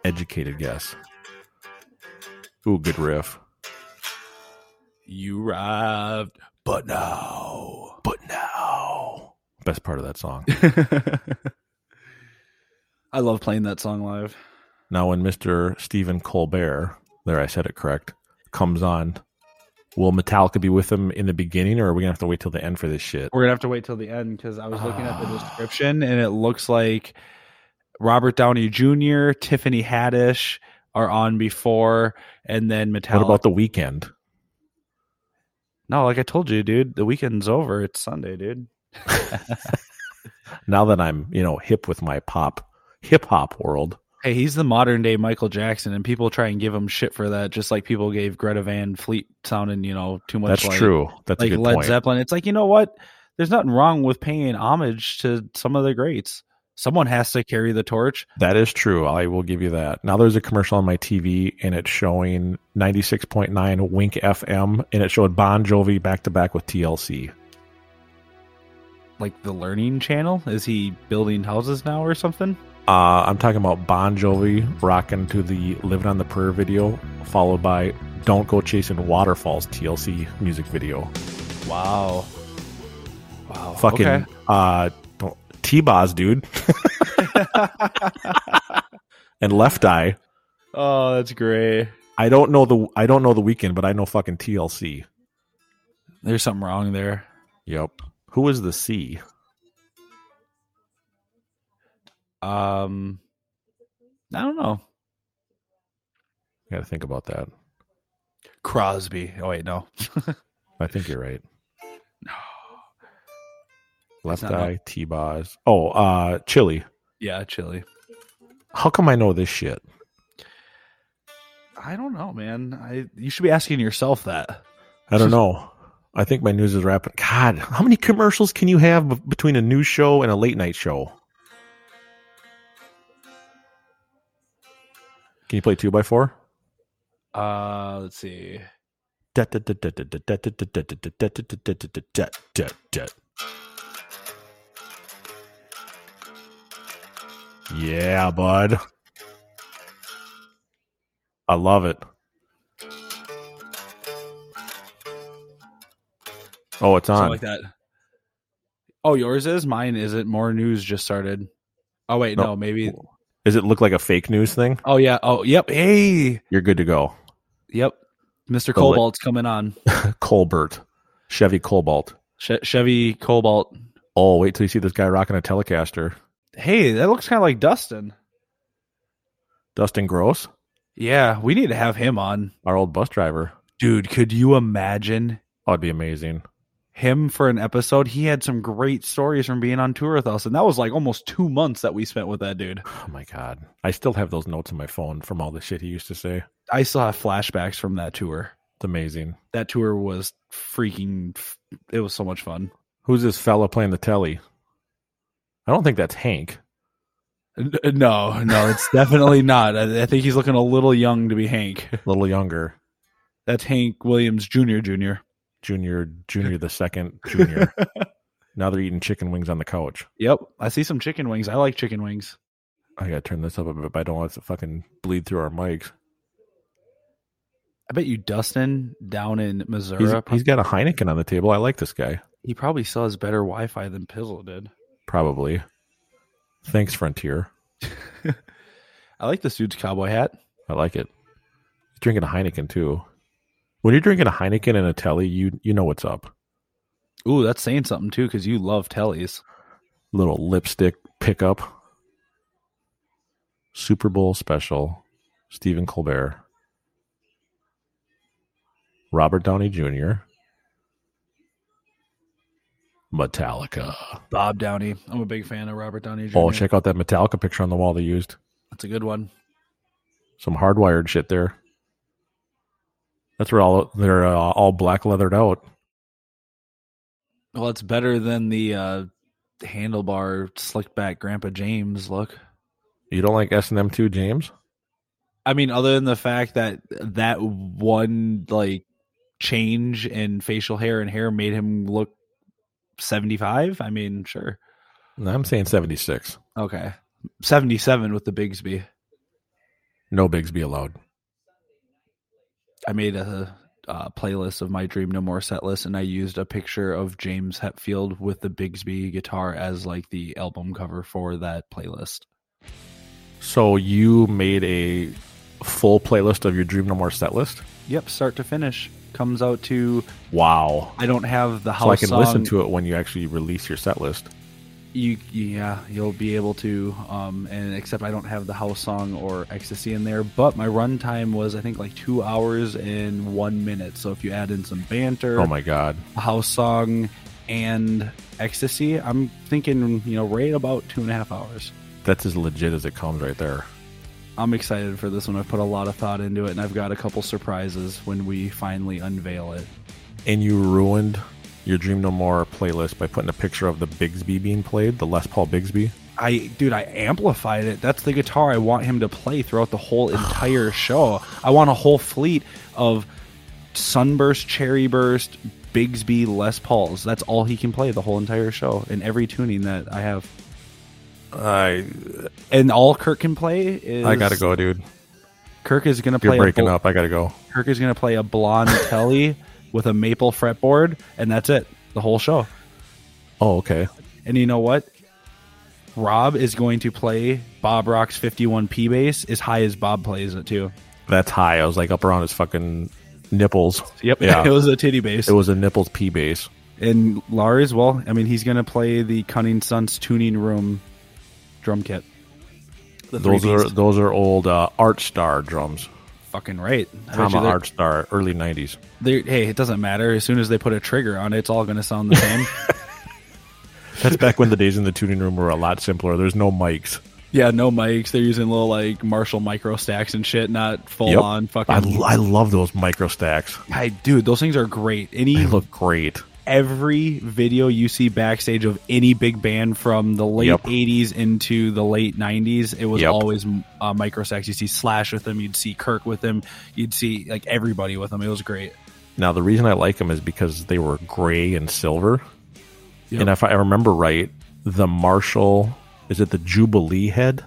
S10: Educated guess. Ooh, good riff.
S8: You arrived, but now,
S10: but now. Best part of that song.
S8: I love playing that song live.
S10: Now, when Mr. Stephen Colbert, there I said it correct, comes on, will Metallica be with him in the beginning or are we going to have to wait till the end for this shit?
S8: We're gonna have to wait till the end because I was looking at the description and it looks like Robert Downey Jr., Tiffany Haddish are on before, and then Metallica.
S10: What about the weekend?
S8: No, like I told you, dude, the weekend's over. It's Sunday, dude.
S10: Now that I'm, you know, hip with my pop, hip hop world.
S8: Hey, he's the modern day Michael Jackson, and people try and give him shit for that, just like people gave Greta Van Fleet sounding, you know, too much.
S10: That's
S8: like,
S10: true. That's a
S8: like
S10: good
S8: Led
S10: point.
S8: Zeppelin. It's like you know what? There's nothing wrong with paying homage to some of the greats. Someone has to carry the torch.
S10: That is true. I will give you that. Now there's a commercial on my TV and it's showing 96.9 Wink FM and it showed Bon Jovi back to back with TLC.
S8: Like the Learning Channel. Is he building houses now or something?
S10: Uh, I'm talking about Bon Jovi rocking to the Living on the Prayer video, followed by Don't Go Chasing Waterfalls TLC music video.
S8: Wow. Wow.
S10: Fucking
S8: Oh, Okay.
S10: uh, T Boz, dude. and Left Eye.
S8: Oh, that's great.
S10: I don't know the I don't know the weekend, but I know fucking TLC.
S8: There's something wrong there.
S10: Yep. Who is the C?
S8: Um, I don't know.
S10: Got to think about that.
S8: Crosby. Oh wait, no.
S10: I think you're right. Left
S8: not
S10: Eye, T Boz. Oh, uh, Chili.
S8: yeah, chili.
S10: How come I know this shit?
S8: I don't know, man. I you should be asking yourself that.
S10: I don't know. I think my news is wrapping. God, how many commercials can you have b- between a news show and a late night show? Can you play two by four?
S8: Uh, let's see.
S10: Yeah, bud. I love it. Oh, it's
S8: Something
S10: on.
S8: like that. Oh, yours is. Mine isn't. More news just started. Oh wait, no,
S10: No.
S8: maybe.
S10: Does it look like a fake news thing?
S8: Oh yeah. Oh yep. Hey,
S10: You're good to go.
S8: Yep. Mr. Cobalt's coming on.
S10: Colbert. Chevy Cobalt.
S8: Che- Chevy Cobalt.
S10: Oh, wait till you see this guy rocking a Telecaster.
S8: Hey, that looks kind of like Dustin.
S10: Dustin Gross,
S8: Yeah, we need to have him on.
S10: our old bus driver.
S8: Dude, could you imagine
S10: Oh, it'd be amazing.
S8: him for an episode? He had some great stories from being on tour with us, and that was like almost two months that we spent with that dude.
S10: Oh my god. I still have those notes on my phone from all the shit he used to say.
S8: I still have flashbacks from that tour.
S10: It's amazing.
S8: That tour was freaking. f- It was so much fun.
S10: Who's this fella playing the telly? I don't think that's Hank.
S8: N- No, no, it's definitely not. I I think he's looking a little young to be Hank.
S10: A little younger.
S8: That's Hank Williams Jr. Jr.
S10: Junior, junior the second, junior. now they're eating chicken wings on the couch.
S8: Yep, I see some chicken wings. I like chicken wings.
S10: I gotta turn this up a bit, but I don't want it to fucking bleed through our mics.
S8: I bet you Dustin down in Missouri,
S10: He's,
S8: prob-
S10: he's got a Heineken on the table. I like this guy.
S8: he probably still has better Wi-Fi than Pizzle did.
S10: Probably. Thanks, Frontier.
S8: I like this dude's cowboy hat.
S10: I like it. He's drinking a Heineken too. When you're drinking a Heineken and a telly, you you know what's up.
S8: Ooh, that's saying something too, because you love tellies.
S10: Little lipstick pickup. Super Bowl special. Stephen Colbert. Robert Downey Jr. Metallica.
S8: Bob Downey. I'm a big fan of Robert Downey Jr.
S10: Oh, check out that Metallica picture on the wall they used.
S8: That's a good one.
S10: Some hardwired shit there. That's where all they're uh, all black leathered out.
S8: Well, it's better than the uh, handlebar slicked back Grandpa James look.
S10: You don't like S and M two, James?
S8: I mean, other than the fact that that one like change in facial hair and hair made him look 75. I mean, sure.
S10: No, I'm saying 76.
S8: Okay. 77 with the Bigsby.
S10: No Bigsby allowed.
S8: I made a, uh playlist of my Dream No More set list, and I used a picture of James Hetfield with the Bigsby guitar as like the album cover for that playlist.
S10: So you made a full playlist of your Dream No More set list?
S8: Yep, start to finish comes out to.
S10: Wow.
S8: I don't have the house.
S10: So I can
S8: song.
S10: listen to it when you actually release your set list.
S8: You yeah, you'll be able to. Um, and except I don't have the house song or ecstasy in there, but my runtime was I think like two hours and one minute. So if you add in some banter,
S10: Oh my God.
S8: a house song and ecstasy i'm thinking you know right about two and a half hours
S10: That's as legit as it comes right there.
S8: i'm excited for this one i've put a lot of thought into it and i've got a couple surprises when we finally unveil it
S10: And you ruined your Dream No More playlist by putting a picture of the Bigsby being played, the Les Paul Bigsby.
S8: i dude i amplified it that's the guitar i want him to play throughout the whole entire show i want a whole fleet of sunburst cherry burst bigsby les pauls that's all he can play the whole entire show in every tuning that i have
S10: I
S8: and all kirk can play is
S10: I gotta go, dude.
S8: kirk is gonna
S10: You're
S8: play a
S10: breaking
S8: bl-
S10: up. I gotta go.
S8: Kirk is going to play a blonde telly with a maple fretboard, and that's it, the whole show.
S10: Oh, okay.
S8: And you know what? Rob is going to play Bob Rock's 51p bass as high as Bob plays it too.
S10: That's high. I was like up around his fucking nipples. Yeah.
S8: it was a titty bass.
S10: it was a nipples P bass.
S8: And Lars, well, I mean, he's going to play the Cunning Sons tuning room drum kit. The
S10: Those
S8: three
S10: are
S8: Bs.
S10: those are old uh, Art Star drums.
S8: fucking right. I bet
S10: Tama
S8: you they're-
S10: Art Star, early '90s.
S8: they're- hey, it doesn't matter. As soon as they put a trigger on it, it's all going to sound the same.
S10: That's back when the days in the tuning room were a lot simpler. There's no mics.
S8: Yeah, no mics. They're using little like Marshall micro stacks and shit, not full
S10: Yep.
S8: on fucking.
S10: I, I love those micro stacks.
S8: I- dude, those things are great. Any
S10: They look great.
S8: every video you see backstage of any big band from the late
S10: Yep.
S8: '80s into the late '90s, it was
S10: Yep.
S8: always uh, micro stacks. You see Slash with them, you'd see Kirk with them, you'd see like everybody with them. It was great.
S10: Now the reason I like them is because they were gray and silver.
S8: Yep.
S10: And if I remember right, the Marshall is it the Jubilee head?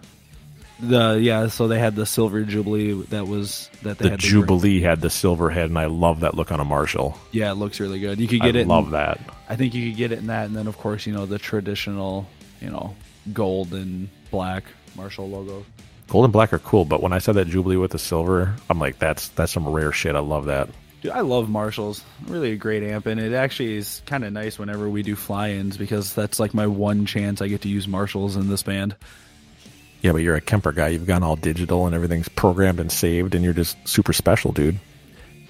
S8: The yeah, so they had the silver jubilee that was that they
S10: The
S8: had
S10: Jubilee had the silver head, and I love that look on a Marshall.
S8: yeah, it looks really good. You could get
S10: I
S8: it. in-
S10: love that.
S8: I think you could get it in that, and then of course you know the traditional, you know, gold and black Marshall logo.
S10: Gold and black are cool, but when I saw that Jubilee with the silver, I'm like, that's that's some rare shit. I love that.
S8: Dude, I love Marshalls. Really a great amp, and it actually is kind of nice whenever we do fly-ins because that's like my one chance I get to use Marshalls in this band.
S10: Yeah, but you're a Kemper guy. You've gone all digital and everything's programmed and saved, and you're just super special, dude.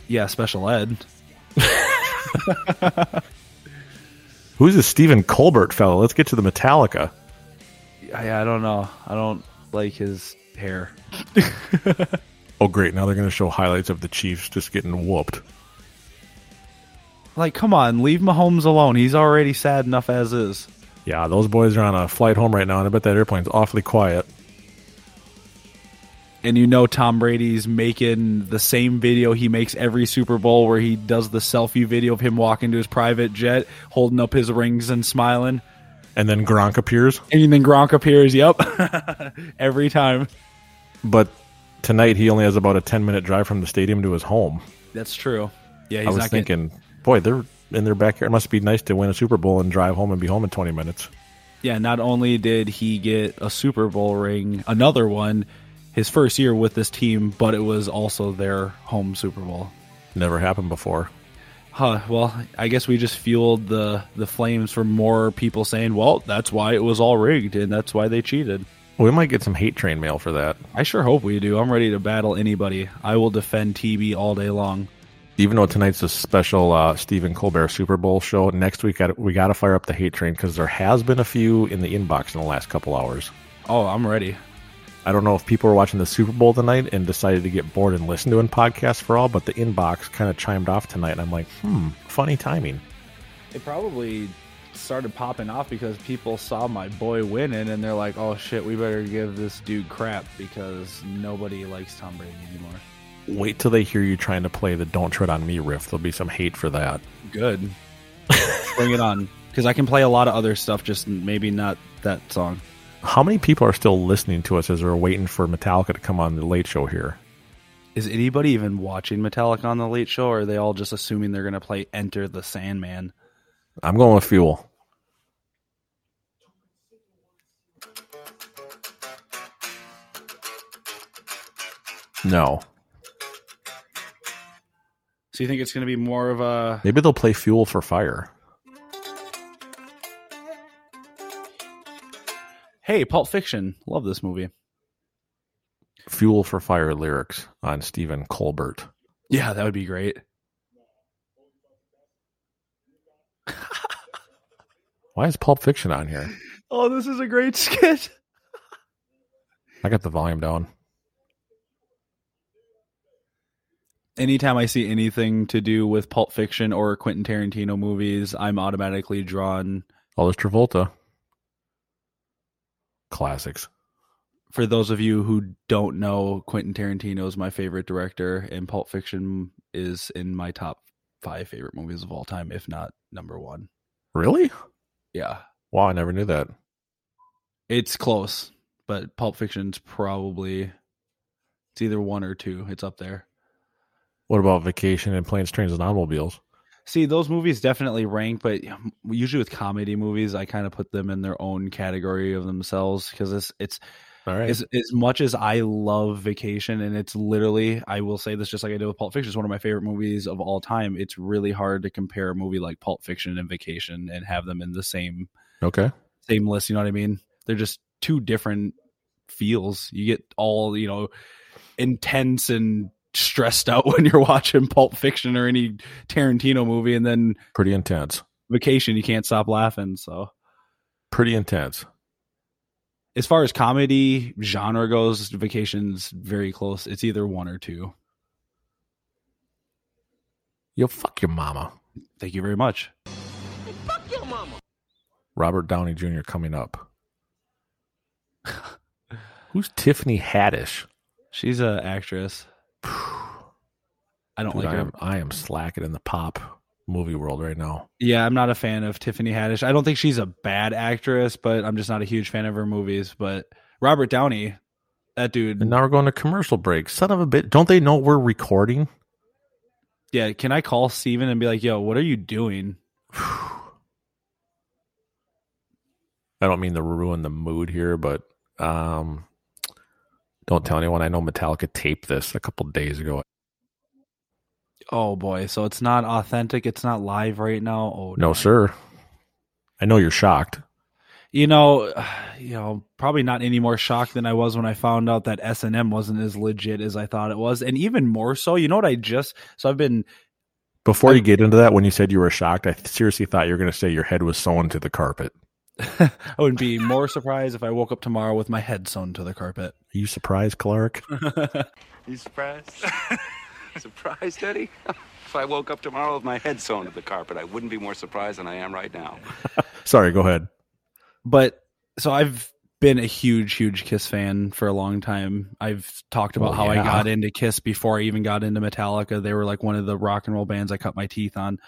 S8: Yeah, special ed.
S10: Who's this Stephen Colbert fellow? Let's get to the Metallica.
S8: I, I don't know. I don't like his hair.
S10: Oh, great. Now they're going to show highlights of the Chiefs just getting whooped.
S8: Like, come on, leave Mahomes alone. He's already sad enough as is.
S10: Yeah, those boys are on a flight home right now, and I bet that airplane's awfully quiet.
S8: And you know Tom Brady's making the same video he makes every Super Bowl where he does the selfie video of him walking to his private jet, holding up his rings and smiling.
S10: And then Gronk appears.
S8: And then Gronk appears, yep. every time.
S10: But tonight he only has about a 10 minute drive from the stadium to his home.
S8: That's true. Yeah,
S10: I was thinking, boy, they're in their backyard. It must be nice to win a Super Bowl and drive home and be home in 20 minutes.
S8: yeah, not only did he get a Super Bowl ring, another one, his first year with this team, but it was also their home Super Bowl.
S10: Never happened before.
S8: Huh. Well, I guess we just fueled the the flames for more people saying, "Well, that's why it was all rigged, and that's why they cheated."
S10: We might get some hate train mail for that.
S8: I sure hope we do. I'm ready to battle anybody. I will defend TB all day long.
S10: Even though tonight's a special uh, Stephen Colbert Super Bowl show, next week gotta- we got to fire up the hate train because there has been a few in the inbox in the last couple hours.
S8: Oh, I'm ready.
S10: I don't know if people were watching the Super Bowl tonight and decided to get bored and listen to in podcast for all, but the inbox kind of chimed off tonight, and I'm like, hmm, funny timing.
S8: It probably started popping off because people saw my boy winning, and they're like, "Oh shit, we better give this dude crap because nobody likes Tom Brady anymore."
S10: Wait till they hear you trying to play the "Don't Tread on Me" riff. There'll be some hate for that.
S8: Good. Bring it on. Because I can play a lot of other stuff, just maybe not that song.
S10: How many people are still listening to us as we're waiting for Metallica to come on the late show here?
S8: Is anybody even watching Metallica on the Late Show, or are they all just assuming they're going to play Enter the Sandman?
S10: I'm going with Fuel. No.
S8: So you think it's going to be more of a
S10: Maybe they'll play Fuel for Fire.
S8: hey, Pulp Fiction? Love this movie.
S10: Fuel for Fire lyrics on Stephen Colbert.
S8: Yeah, that would be great.
S10: Why is Pulp Fiction on here?
S8: Oh, this is a great skit.
S10: I got the volume down.
S8: Anytime I see anything to do with Pulp Fiction or Quentin Tarantino movies, I'm automatically drawn.
S10: All this Oh, Travolta. Classics.
S8: For those of you who don't know, Quentin Tarantino is my favorite director, and Pulp Fiction is in my top five favorite movies of all time, if not number one.
S10: Really?
S8: Yeah.
S10: Wow, I never knew that.
S8: It's close, but Pulp Fiction's probably it's either one or two. It's up there.
S10: What about Vacation and Planes, Trains, and Automobiles?
S8: See, those movies definitely rank, but usually with comedy movies, I kind of put them in their own category of themselves because it's it's
S10: All right.
S8: as, as much as I love Vacation, and it's literally I will say this just like I did with Pulp Fiction, it's one of my favorite movies of all time. It's really hard to compare a movie like Pulp Fiction and Vacation and have them in the same
S10: okay.
S8: same list. You know what I mean? They're just two different feels. You get all you know intense and stressed out when you're watching Pulp Fiction or any Tarantino movie, and then
S10: Pretty intense.
S8: Vacation you can't stop laughing. So
S10: Pretty intense.
S8: as far as comedy genre goes, Vacation's very close. It's either one or two.
S10: Yo, fuck your mama.
S8: Thank you very much.
S10: Robert Downey Jr. coming up. Who's Tiffany Haddish?
S8: She's an actress. I don't
S10: Dude,
S8: like
S10: I,
S8: her.
S10: am, I am slacking in the pop movie world right now.
S8: Yeah, I'm not a fan of Tiffany Haddish. I don't think she's a bad actress, but I'm just not a huge fan of her movies. But Robert Downey, that dude.
S10: And now we're going to commercial break. Son of a bit. Don't they know we're recording?
S8: Yeah, can I call Steven and be like, yo, what are you doing?
S10: I don't mean to ruin the mood here, but um Don't tell anyone. I know Metallica taped this a couple days ago.
S8: Oh boy, so it's not authentic. It's not live right now. Oh
S10: No, sir. I know you're shocked.
S8: you know, you know, probably not any more shocked than I was when I found out that S and M wasn't as legit as I thought it was, and even more so. You know what I just? So I've been
S10: Before you get into that, when you said you were shocked, I seriously thought you were going to say your head was sewn to the carpet.
S8: I would be more surprised if I woke up tomorrow with my head sewn to the carpet.
S10: Are you surprised, Clark?
S14: You surprised? surprised, Eddie? If I woke up tomorrow with my head sewn to the carpet, I wouldn't be more surprised than I am right now.
S10: Sorry, go ahead.
S8: but so I've been a huge, huge Kiss fan for a long time. I've talked about
S10: Oh,
S8: how I
S10: yeah.
S8: got into Kiss before I even got into Metallica. They were like one of the rock and roll bands I cut my teeth on.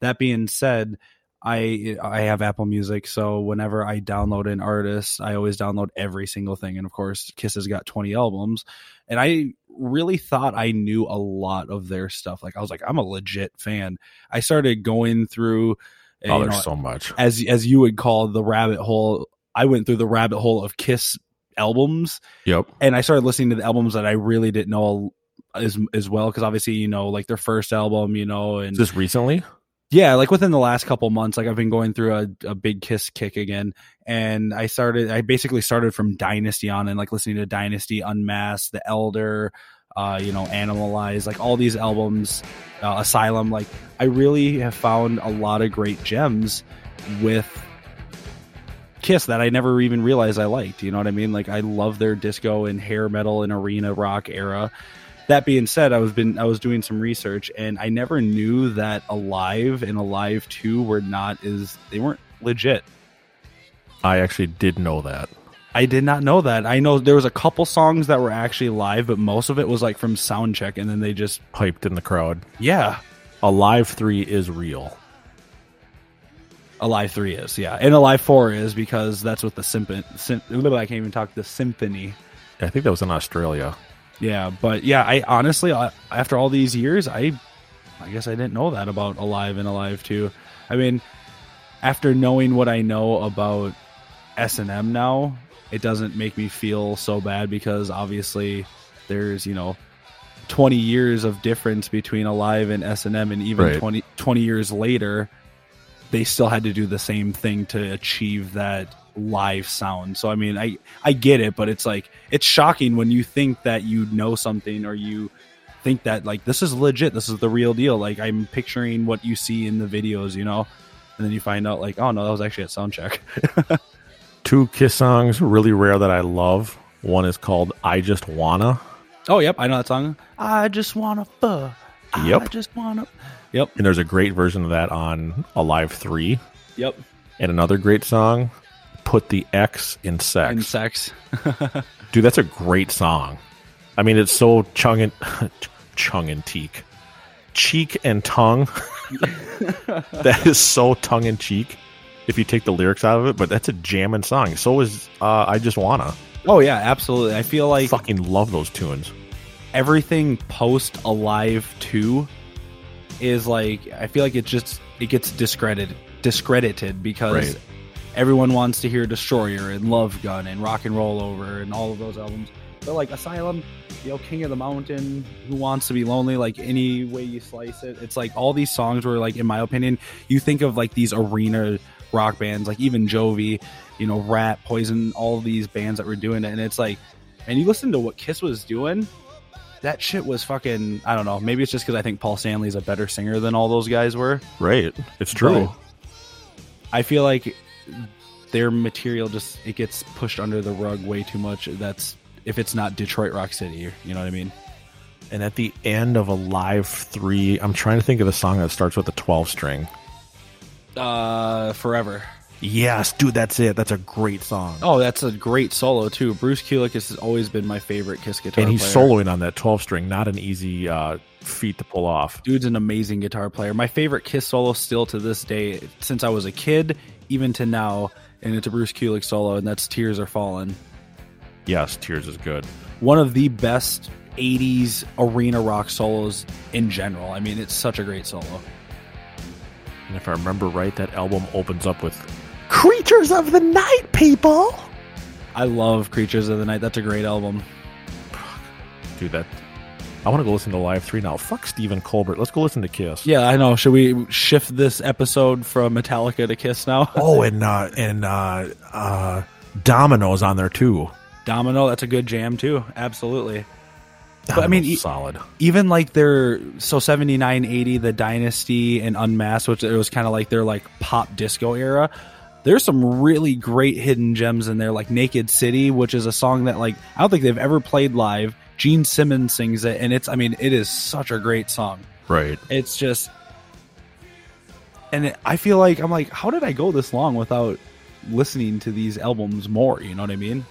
S8: That being said, I I have Apple Music, so whenever I download an artist, I always download every single thing. And of course, Kiss has got 20 albums, and I really thought I knew a lot of their stuff. Like I was like, I'm a legit fan. I started going through
S10: Oh,
S8: you
S10: there's so much.
S8: as as you would call the rabbit hole. I went through the rabbit hole of Kiss albums,
S10: Yep.
S8: and I started listening to the albums that I really didn't know as as well because obviously you know like their first album, you know, and
S10: Just recently?
S8: yeah, like within the last couple months, like I've been going through a, a big Kiss kick again, and I started. I basically started from Dynasty on and like listening to Dynasty, Unmasked, The Elder, uh, you know, Animalize, like all these albums, uh, Asylum. Like I really have found a lot of great gems with Kiss that I never even realized I liked. You know what I mean? Like I love their disco and hair metal and arena rock era. That being said, I was been I was doing some research and I never knew that Alive and Alive 2 were not as they weren't legit.
S10: I actually did know that.
S8: I did not know that. I know there was a couple songs that were actually live, but most of it was like from soundcheck and then they just
S10: Piped in the crowd.
S8: yeah,
S10: Alive 3 is real.
S8: Alive 3 is. Yeah. And Alive 4 is because that's what the symphony I can't even talk the symphony
S10: I think that was in Australia.
S8: Yeah, but yeah, I honestly, I, after all these years, I, I guess I didn't know that about Alive and Alive too. I mean, after knowing what I know about S and M now, it doesn't make me feel so bad because obviously there's you know. 20 years of difference between alive and s&m and even
S10: Right.
S8: twenty twenty 20 years later they still had to do the same thing to achieve that live sound. So I mean, I I get it, but it's like it's shocking when you think that you know something or you think that like this is legit, this is the real deal. Like I'm picturing what you see in the videos, you know, and then you find out like, oh no, that was actually at soundcheck.
S10: Two Kiss songs, really rare that I love. One is called I Just Wanna.
S8: oh yep, I know that song. I just wanna fuck. I
S10: Yep.
S8: just wanna. Yep.
S10: And there's a great version of that on Alive 3.
S8: Yep.
S10: And another great song, Put the X in Sex.
S8: And sex.
S10: Dude, that's a great song. I mean, it's so chung and chung and teak. Cheek and tongue. that is so tongue in cheek if you take the lyrics out of it, but that's a jamming song. So is uh, I Just Wanna.
S8: Oh yeah, absolutely. I feel like
S10: fucking love those tunes.
S8: everything post alive 2 is like i feel like it just it gets discredited discredited because
S10: Right.
S8: everyone wants to hear destroyer and love gun and rock and roll over and all of those albums but like asylum you know king of the mountain who wants to be lonely like any way you slice it it's like all these songs were like in my opinion you think of like these arena rock bands like even jovi you know rat poison all these bands that were doing it and it's like and you listen to what kiss was doing that shit was fucking i don't know maybe it's just because i think paul stanley's a better singer than all those guys were
S10: Right. It's true.
S8: i feel like their material just it gets pushed under the rug way too much that's if it's not detroit rock city you know what i mean
S10: And at the end of Alive 3, I'm trying to think of the song that starts with a 12 string.
S8: uh forever
S10: Yes, dude, that's it. That's a great song.
S8: oh that's a great solo too bruce kulick has always been my favorite kiss guitar
S10: and he's
S8: player.
S10: soloing on that 12 string. Not an easy uh, feat to pull off.
S8: Dude's an amazing guitar player. My favorite Kiss solo still to this day, since I was a kid, even to now, and it's a Bruce Kulick solo, and that's Tears Are Falling.
S10: Yes, Tears is good.
S8: One of the best 80s arena rock solos in general. I mean, it's such a great solo.
S10: And if I remember right, that album opens up with
S8: Creatures of the Night, people! I love Creatures of the Night. That's a great album.
S10: Dude, that. I want to go listen to Live 3 now. Fuck Stephen Colbert. Let's go listen to Kiss.
S8: Yeah, I know. Should we shift this episode from Metallica to Kiss now?
S10: Oh, and uh, and uh, uh, Domino's on there too.
S8: Domino, that's a good jam too. Absolutely. But, I
S10: Domino's
S8: mean, e-
S10: solid.
S8: Even like their so 79, 80, the Dynasty and Unmasked, which it was kind of like their like pop disco era. There's some really great hidden gems in there, like Naked City, which is a song that like I don't think they've ever played live. Gene Simmons sings it, and it's I mean, it is such a great song.
S10: Right.
S8: It's just, and it, I feel like I'm like, how did I go this long without listening to these albums more? You know what I mean?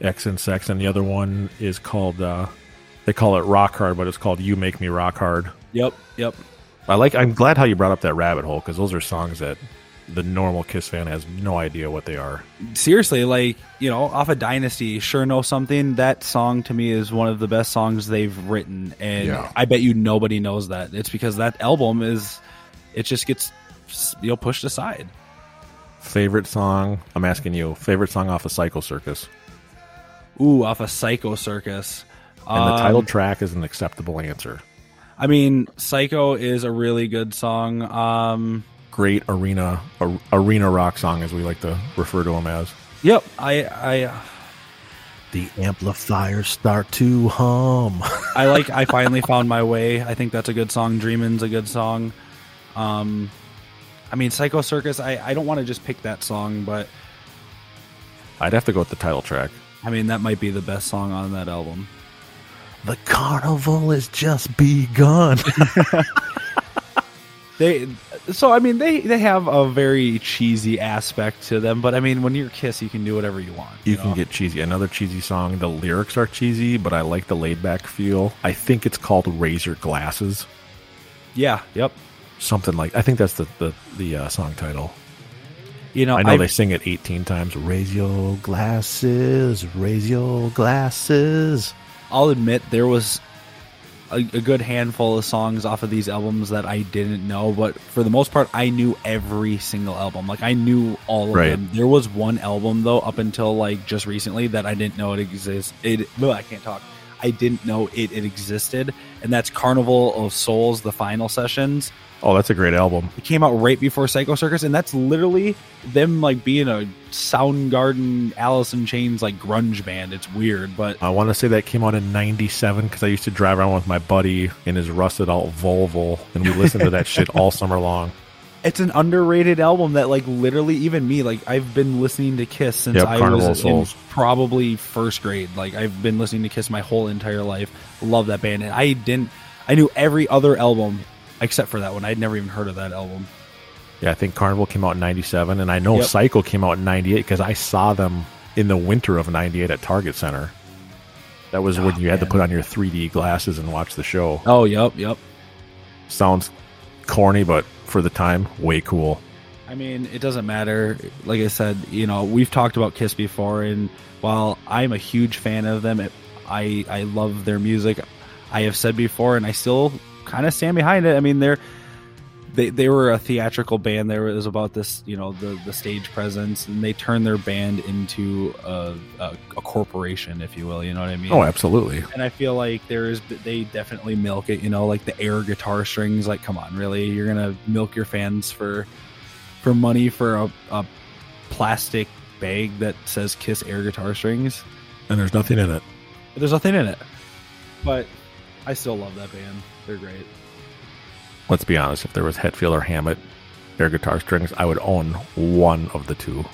S10: X and Sex, and the other one is called. Uh, they call it Rock Hard, but it's called You Make Me Rock Hard.
S8: Yep, yep.
S10: I like. I'm glad how you brought up that rabbit hole because those are songs that the normal Kiss fan has no idea what they are.
S8: Seriously, like you know, off of Dynasty, sure know something. That song to me is one of the best songs they've written, and
S10: Yeah.
S8: I bet you nobody knows that. It's because that album is, it just gets you know pushed aside.
S10: Favorite song? I'm asking you. Favorite song off of Psycho Circus,
S8: Ooh, off of Psycho Circus,
S10: and the
S8: Um,
S10: title track is an acceptable answer.
S8: I mean, Psycho is a really good song. Um,
S10: Great arena ar- arena rock song, as we like to refer to them as.
S8: yep, I I uh,
S10: The amplifiers start to hum.
S8: I like I finally found my way. I think that's a good song. Dreamin's a good song. Um I mean Psycho Circus, I, I don't want to just pick that song, but
S10: I'd have to go with the title track.
S8: I mean that might be the best song on that album.
S10: The carnival is just begun.
S8: They so I mean they they have a very cheesy aspect to them, but I mean when you're Kiss you can do whatever you want.
S10: You can get cheesy. Another cheesy song. The lyrics are cheesy, but I like the laid back feel. I think it's called Razor Glasses.
S8: Yeah, yep.
S10: Something like I think that's the the, the uh, song title.
S8: You know,
S10: I know
S8: I've-
S10: they sing it 18 times. Raise your glasses, raise your glasses.
S8: I'll admit there was a, a good handful of songs off of these albums that I didn't know, but for the most part, I knew every single album. Like I knew all of
S10: Right.
S8: them. There was one album though, up until like just recently, that I didn't know it exists. It no, I can't talk. I didn't know it, it existed, and that's Carnival of Souls, the final sessions.
S10: Oh, that's a great album.
S8: It came out right before Psycho Circus, and that's literally them like being a Soundgarden, Alice in Chains like grunge band. It's weird, but
S10: I want to say that came out in 97 because I used to drive around with my buddy in his rusted out Volvo and we listened to that shit all summer long.
S8: it's an underrated album that like literally even me like I've been listening to Kiss since
S10: Yep,
S8: I
S10: Carnival
S8: was
S10: of Souls.
S8: in probably first grade. Like I've been listening to Kiss my whole entire life. Love that band, and I didn't. I knew every other album except for that one. I'd never even heard of that album.
S10: Yeah, I think Carnival came out in 97 and I know
S8: Yep.
S10: Cycle came out in 98 because I saw them in the winter of 98 at Target Center. That was when you had to put on your 3D glasses and watch the show.
S8: Oh, yep, yep.
S10: Sounds corny, but for the time, way cool.
S8: I mean, it doesn't matter. Like I said, you know, we've talked about Kiss before, and while I'm a huge fan of them, it, I I love their music. I have said before, and I still kind of stand behind it. I mean, they're they they were a theatrical band. There was about this, you know, the the stage presence, and they turned their band into a, a, a corporation, if you will. You know what I mean?
S10: Oh, absolutely.
S8: And I feel like there is they definitely milk it. You know, like the air guitar strings. Like, come on, really? You're gonna milk your fans for for money for a, a plastic bag that says Kiss air guitar strings?
S10: And there's nothing in it.
S8: There's nothing in it. But I still love that band. They're great.
S10: Let's be honest, if there was Hetfield or Hammett air guitar strings, I would own one of the two.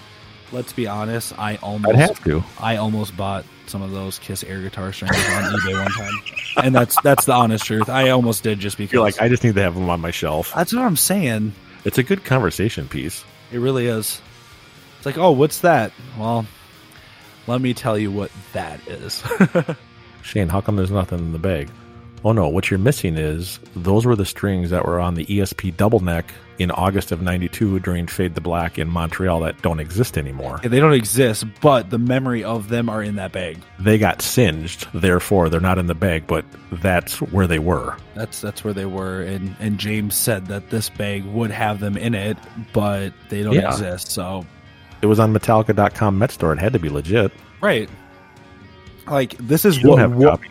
S8: Let's be honest. I almost
S10: I'd have to.
S8: I almost bought some of those Kiss air guitar strings on eBay one time, and that's that's the honest truth. I almost did just because.
S10: You're like, I just need to have them on my shelf.
S8: that's what I'm saying.
S10: It's a good conversation piece.
S8: It really is. It's like, oh, what's that? Well, let me tell you what that is.
S10: Shane, how come there's nothing in the bag? Oh no, what you're missing is those were the strings that were on the ESP double neck in August of 92 during Fade the Black in Montreal that don't exist anymore.
S8: they don't exist, but the memory of them are in that bag.
S10: They got singed, therefore they're not in the bag, but that's where they were.
S8: That's that's where they were, and and James said that this bag would have them in it, but they don't
S10: Yeah.
S8: exist. So
S10: It was on Metallica.com Met store. It had to be legit.
S8: right, like this is
S10: You don't
S8: what
S10: have a
S8: what,
S10: copy.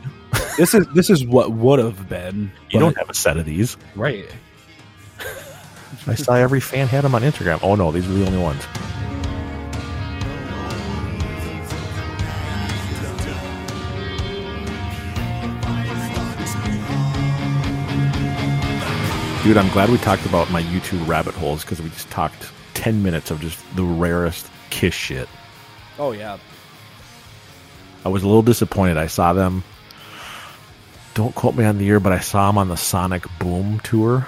S8: this is this is what would have been.
S10: You
S8: but-
S10: don't have a set of these.
S8: right.
S10: I saw every fan had them on Instagram. Oh no, these were the only ones. Dude, I'm glad we talked about my YouTube rabbit holes because we just talked 10 minutes of just the rarest kiss shit.
S8: Oh yeah.
S10: I was a little disappointed. I saw them. Don't quote me on the year, but I saw them on the Sonic Boom tour.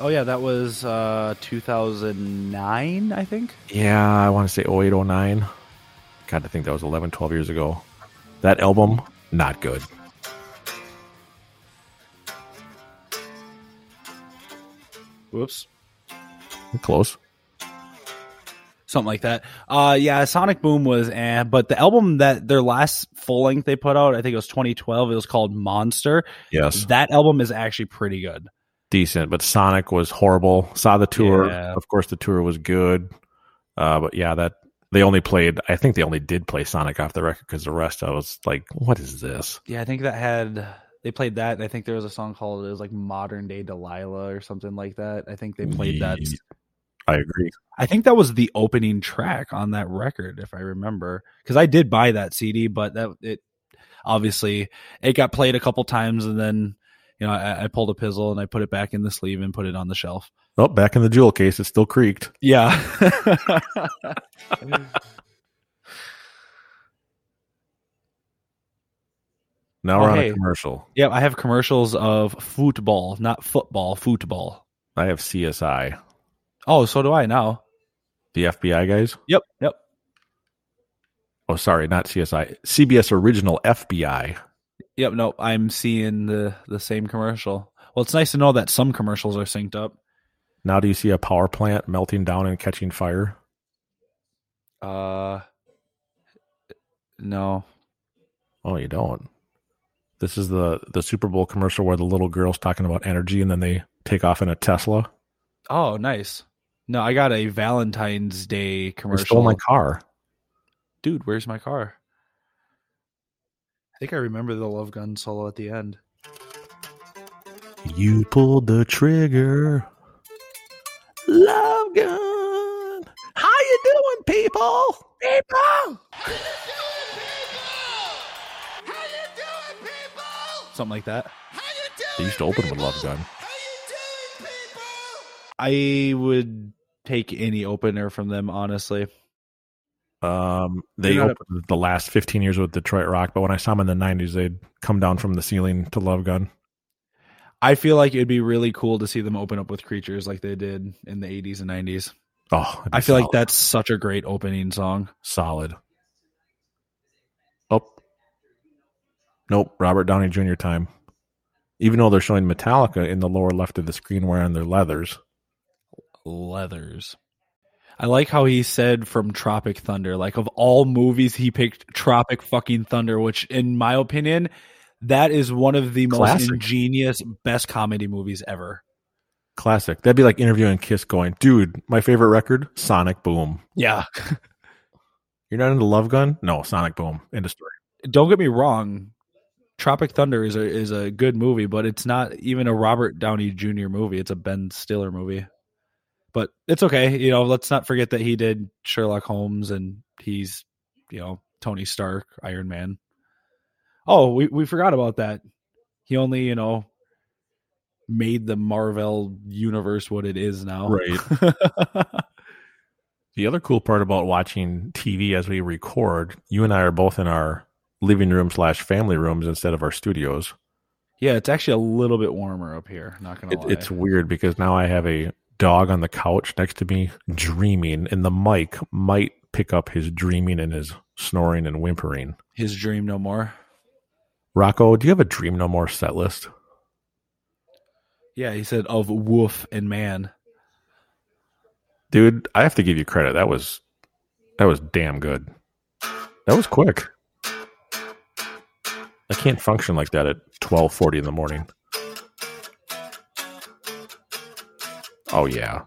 S8: Oh yeah, that was uh 2009, I think.
S10: Yeah, I want to say 08, 09. God, I think that was 11, 12 years ago. That album, not good.
S8: Whoops.
S10: Close.
S8: Something like that. Uh yeah, Sonic Boom was eh, but the album that their last full length they put out, I think it was 2012, it was called Monster.
S10: Yes.
S8: That album is actually pretty good.
S10: Decent, but Sonic was horrible. Saw the tour.
S8: Yeah.
S10: Of course, the tour was good. Uh, but yeah, that they only played, I think they only did play Sonic off the record because the rest I was like, what is this?
S8: Yeah, I think that had they played that. And I think there was a song called it was like Modern Day Delilah or something like that. I think they played that.
S10: Ye- I agree.
S8: I think that was the opening track on that record, if I remember, because I did buy that CD, but that it obviously it got played a couple times, and then you know I, I pulled a pizzle and I put it back in the sleeve and put it on the shelf.
S10: Oh, back in the jewel case, it still creaked.
S8: Yeah.
S10: Now we're on
S8: Okay.
S10: a commercial.
S8: yeah, I have commercials of football, not football, football.
S10: I have CSI,
S8: Oh, so do I now.
S10: the FBI guys.
S8: Yep, yep.
S10: Oh, sorry, not CSI. CBS original FBI.
S8: Yep, no, I'm seeing the the same commercial. Well, it's nice to know that some commercials are synced up.
S10: Now do you see a power plant melting down and catching fire?
S8: Uh no.
S10: Oh, you don't. This is the the Super Bowl commercial where the little girl's talking about energy and then they take off in a Tesla.
S8: Oh, nice. No, I got a Valentine's Day
S10: They
S8: commercial.
S10: stole my car.
S8: Dude, where's my car? I think I remember the Love Gun solo at the end.
S10: You pulled the trigger. Love gun. How you doing, people? People.
S8: Something like that.
S10: They used to open with Love Gun.
S8: I would take any opener from them, honestly.
S10: Um,
S8: They're
S10: they
S8: not a-
S10: opened the last 15 years with Detroit Rock, but when I saw them in the 90s, they'd come down from the ceiling to Love Gun.
S8: I feel like it'd be really cool to see them open up with creatures like they did in the 80s and 90s.
S10: Oh, that'd be
S8: I feel like
S10: solid.
S8: that's such a great opening song.
S10: solid. Oh, nope. Robert Downey Jr. time. Even though they're showing Metallica in the lower left of the screen wearing their leathers.
S8: Leathers. I like how he said from Tropic Thunder. Like of all movies, he picked Tropic fucking Thunder, which, in my opinion, that is one of the
S10: Classic.
S8: most ingenious, best comedy movies ever.
S10: Classic. That'd be like interviewing Kiss going, dude, my favorite record, Sonic Boom.
S8: Yeah.
S10: You're not into Love Gun? No, Sonic Boom. End of story.
S8: Don't get me wrong. Tropic Thunder is a is a good movie, but it's not even a Robert Downey Jr. movie. It's a Ben Stiller movie. But it's okay. You know, let's not forget that he did Sherlock Holmes and he's, you know, Tony Stark, Iron Man. Oh, we, we forgot about that. He only, you know, made the Marvel universe what it is now.
S10: Right. the other cool part about watching TV as we record, you and I are both in our living room slash family rooms instead of our studios.
S8: Yeah, it's actually a little bit warmer up here, not gonna
S10: It,
S8: lie.
S10: it's weird because now I have a dog on the couch next to me dreaming, and the mic might pick up his dreaming and his snoring and whimpering.
S8: his dream no more.
S10: Rocco, do you have a Dream No More set list?
S8: Yeah, he said of wolf and man.
S10: Dude, I have to give you credit. That was that was damn good. That was quick. I can't function like that at twelve forty in the morning. Oh yeah.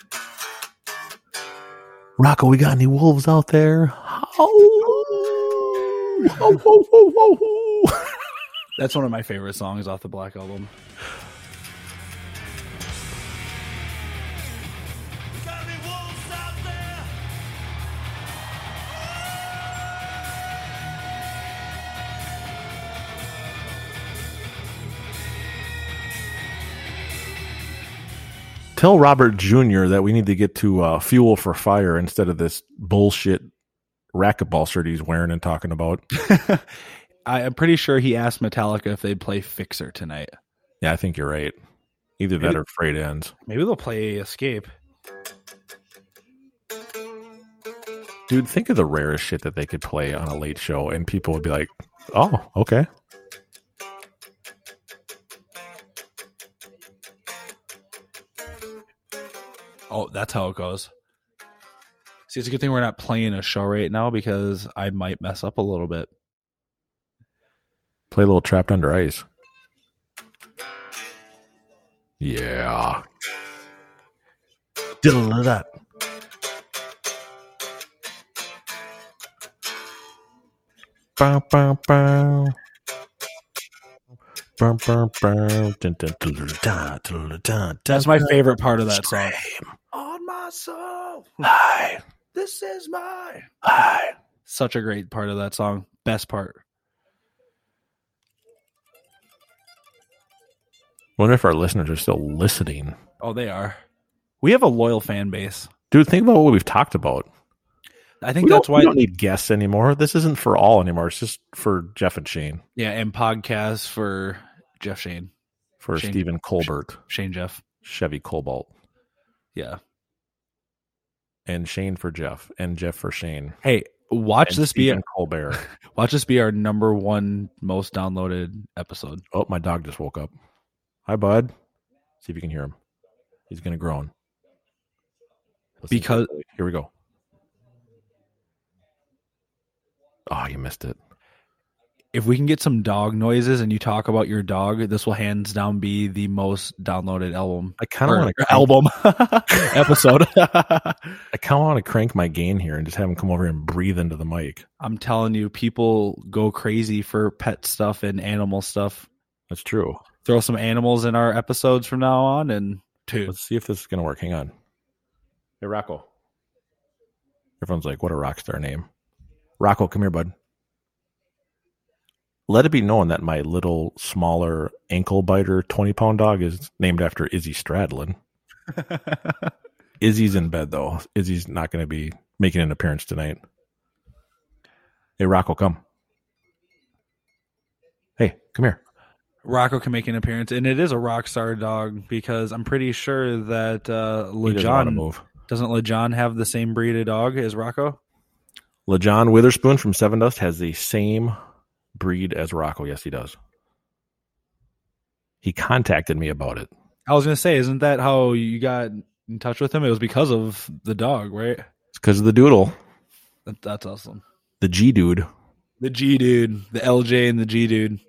S10: Rocco, we got any wolves out there? Oh.
S8: That's one of my favorite songs off the Black Album.
S10: Tell Robert Jr. that we need to get to uh, fuel for fire instead of this bullshit racquetball shirt he's wearing and talking about.
S8: I, I'm pretty sure he asked Metallica if they'd play Fixer tonight.
S10: Yeah, I think you're right. Either that
S8: Maybe-
S10: or Freight Ends.
S8: Maybe they'll play Escape.
S10: Dude, think of the rarest shit that they could play on a late show, and people would be like, oh, okay.
S8: Oh, that's how it goes. See, it's a good thing we're not playing a show right now because I might mess up a little bit.
S10: Play a little Trapped Under Ice. Yeah. Diddle that. Bow, bow, bow. Bow, bow, bow. Dun, dun, dun, dun, dun, dun, dun, dun.
S8: That's my favorite part of that song.
S1: On my soul.
S10: Hi.
S1: This is my.
S10: Hi.
S8: Such a great part of that song. Best part.
S10: Wonder if our listeners are still listening.
S8: Oh, they are. We have a loyal fan base.
S10: Dude, think about what we've talked about.
S8: I think
S10: We
S8: that's
S10: don't-
S8: why.
S10: we don't need guests anymore. This isn't for all anymore. It's just for Jeff and Shane,
S8: Yeah, and podcasts for Jeff Shane,
S10: for
S8: Shane-
S10: Stephen Colbert,
S8: Shane Jeff.
S10: Chevy Cobalt,
S8: Yeah.
S10: and Shane for Jeff, and Jeff for Shane.
S8: Hey, watch
S10: and
S8: this
S10: Stephen
S8: be
S10: Colbert.
S8: watch this be our number one most downloaded episode.
S10: oh, my dog just woke up. Hi, bud. See if you can hear him. He's gonna groan. Let's see if-
S8: Because-
S10: here we go. Oh, you missed it.
S8: If we can get some dog noises and you talk about your dog, this will hands down be the most downloaded album.
S10: I kinda
S8: or
S10: wanna-
S8: album episode.
S10: I kind of want to crank my gain here and just have him come over here and breathe into the mic.
S8: I'm telling you, people go crazy for pet stuff and animal stuff.
S10: That's true.
S8: Throw some animals in our episodes from now on, and two.
S10: Let's see if this is gonna work. Hang on. Hey, Rocco. Everyone's like, what a rock star name. Rocco, come here, bud. Let it be known that my little, smaller, ankle biter 20 pound dog is named after Izzy Stradlin. Izzy's in bed, though. Izzy's not going to be making an appearance tonight. Hey, Rocco, come. Hey, come here.
S8: Rocco can make an appearance, and it is a rock star dog because I'm pretty sure that uh,
S10: He doesn't want to
S8: LeJohn
S10: move.
S8: doesn't LeJohn have the same breed of dog as Rocco.
S10: LeJohn Witherspoon from Seven Dust has the same breed as Rocco. Yes, he does. He contacted me about it.
S8: I was gonna say, isn't that how you got in touch with him? It was because of the dog, right?
S10: It's because of the doodle,
S8: That, that's awesome.
S10: the G dude.
S8: The G dude, the LJ, and the G dude.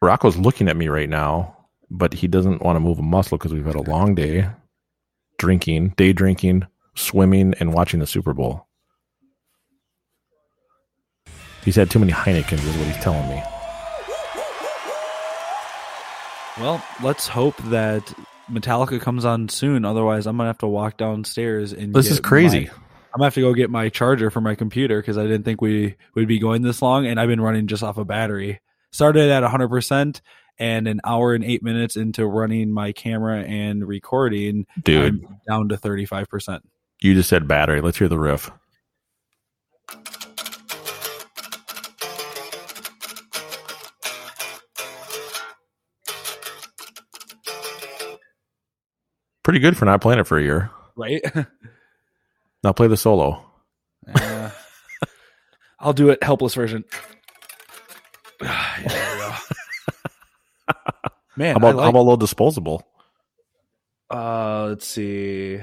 S10: Rocco's looking at me right now, but he doesn't want to move a muscle because we've had a long day drinking, day drinking, swimming, and watching the Super Bowl. He's had too many Heinekens, is what he's telling me.
S8: Well, let's hope that Metallica comes on soon. Otherwise, I'm gonna have to walk downstairs and.
S10: This is
S8: get
S10: crazy.
S8: my- I'm gonna have to go get my charger for my computer because I didn't think we would be going this long, and I've been running just off a battery. Started at 100 percent, and an hour and eight minutes into running my camera and recording,
S10: Dude.
S8: I'm down to 35 percent.
S10: You just said battery. Let's hear the riff. Pretty good for not playing it for a year.
S8: Right?
S10: Now play the solo.
S8: Uh, I'll do it. Helpless version. Man,
S10: how about
S8: I like-
S10: how about a little disposable?
S8: Uh, let's see.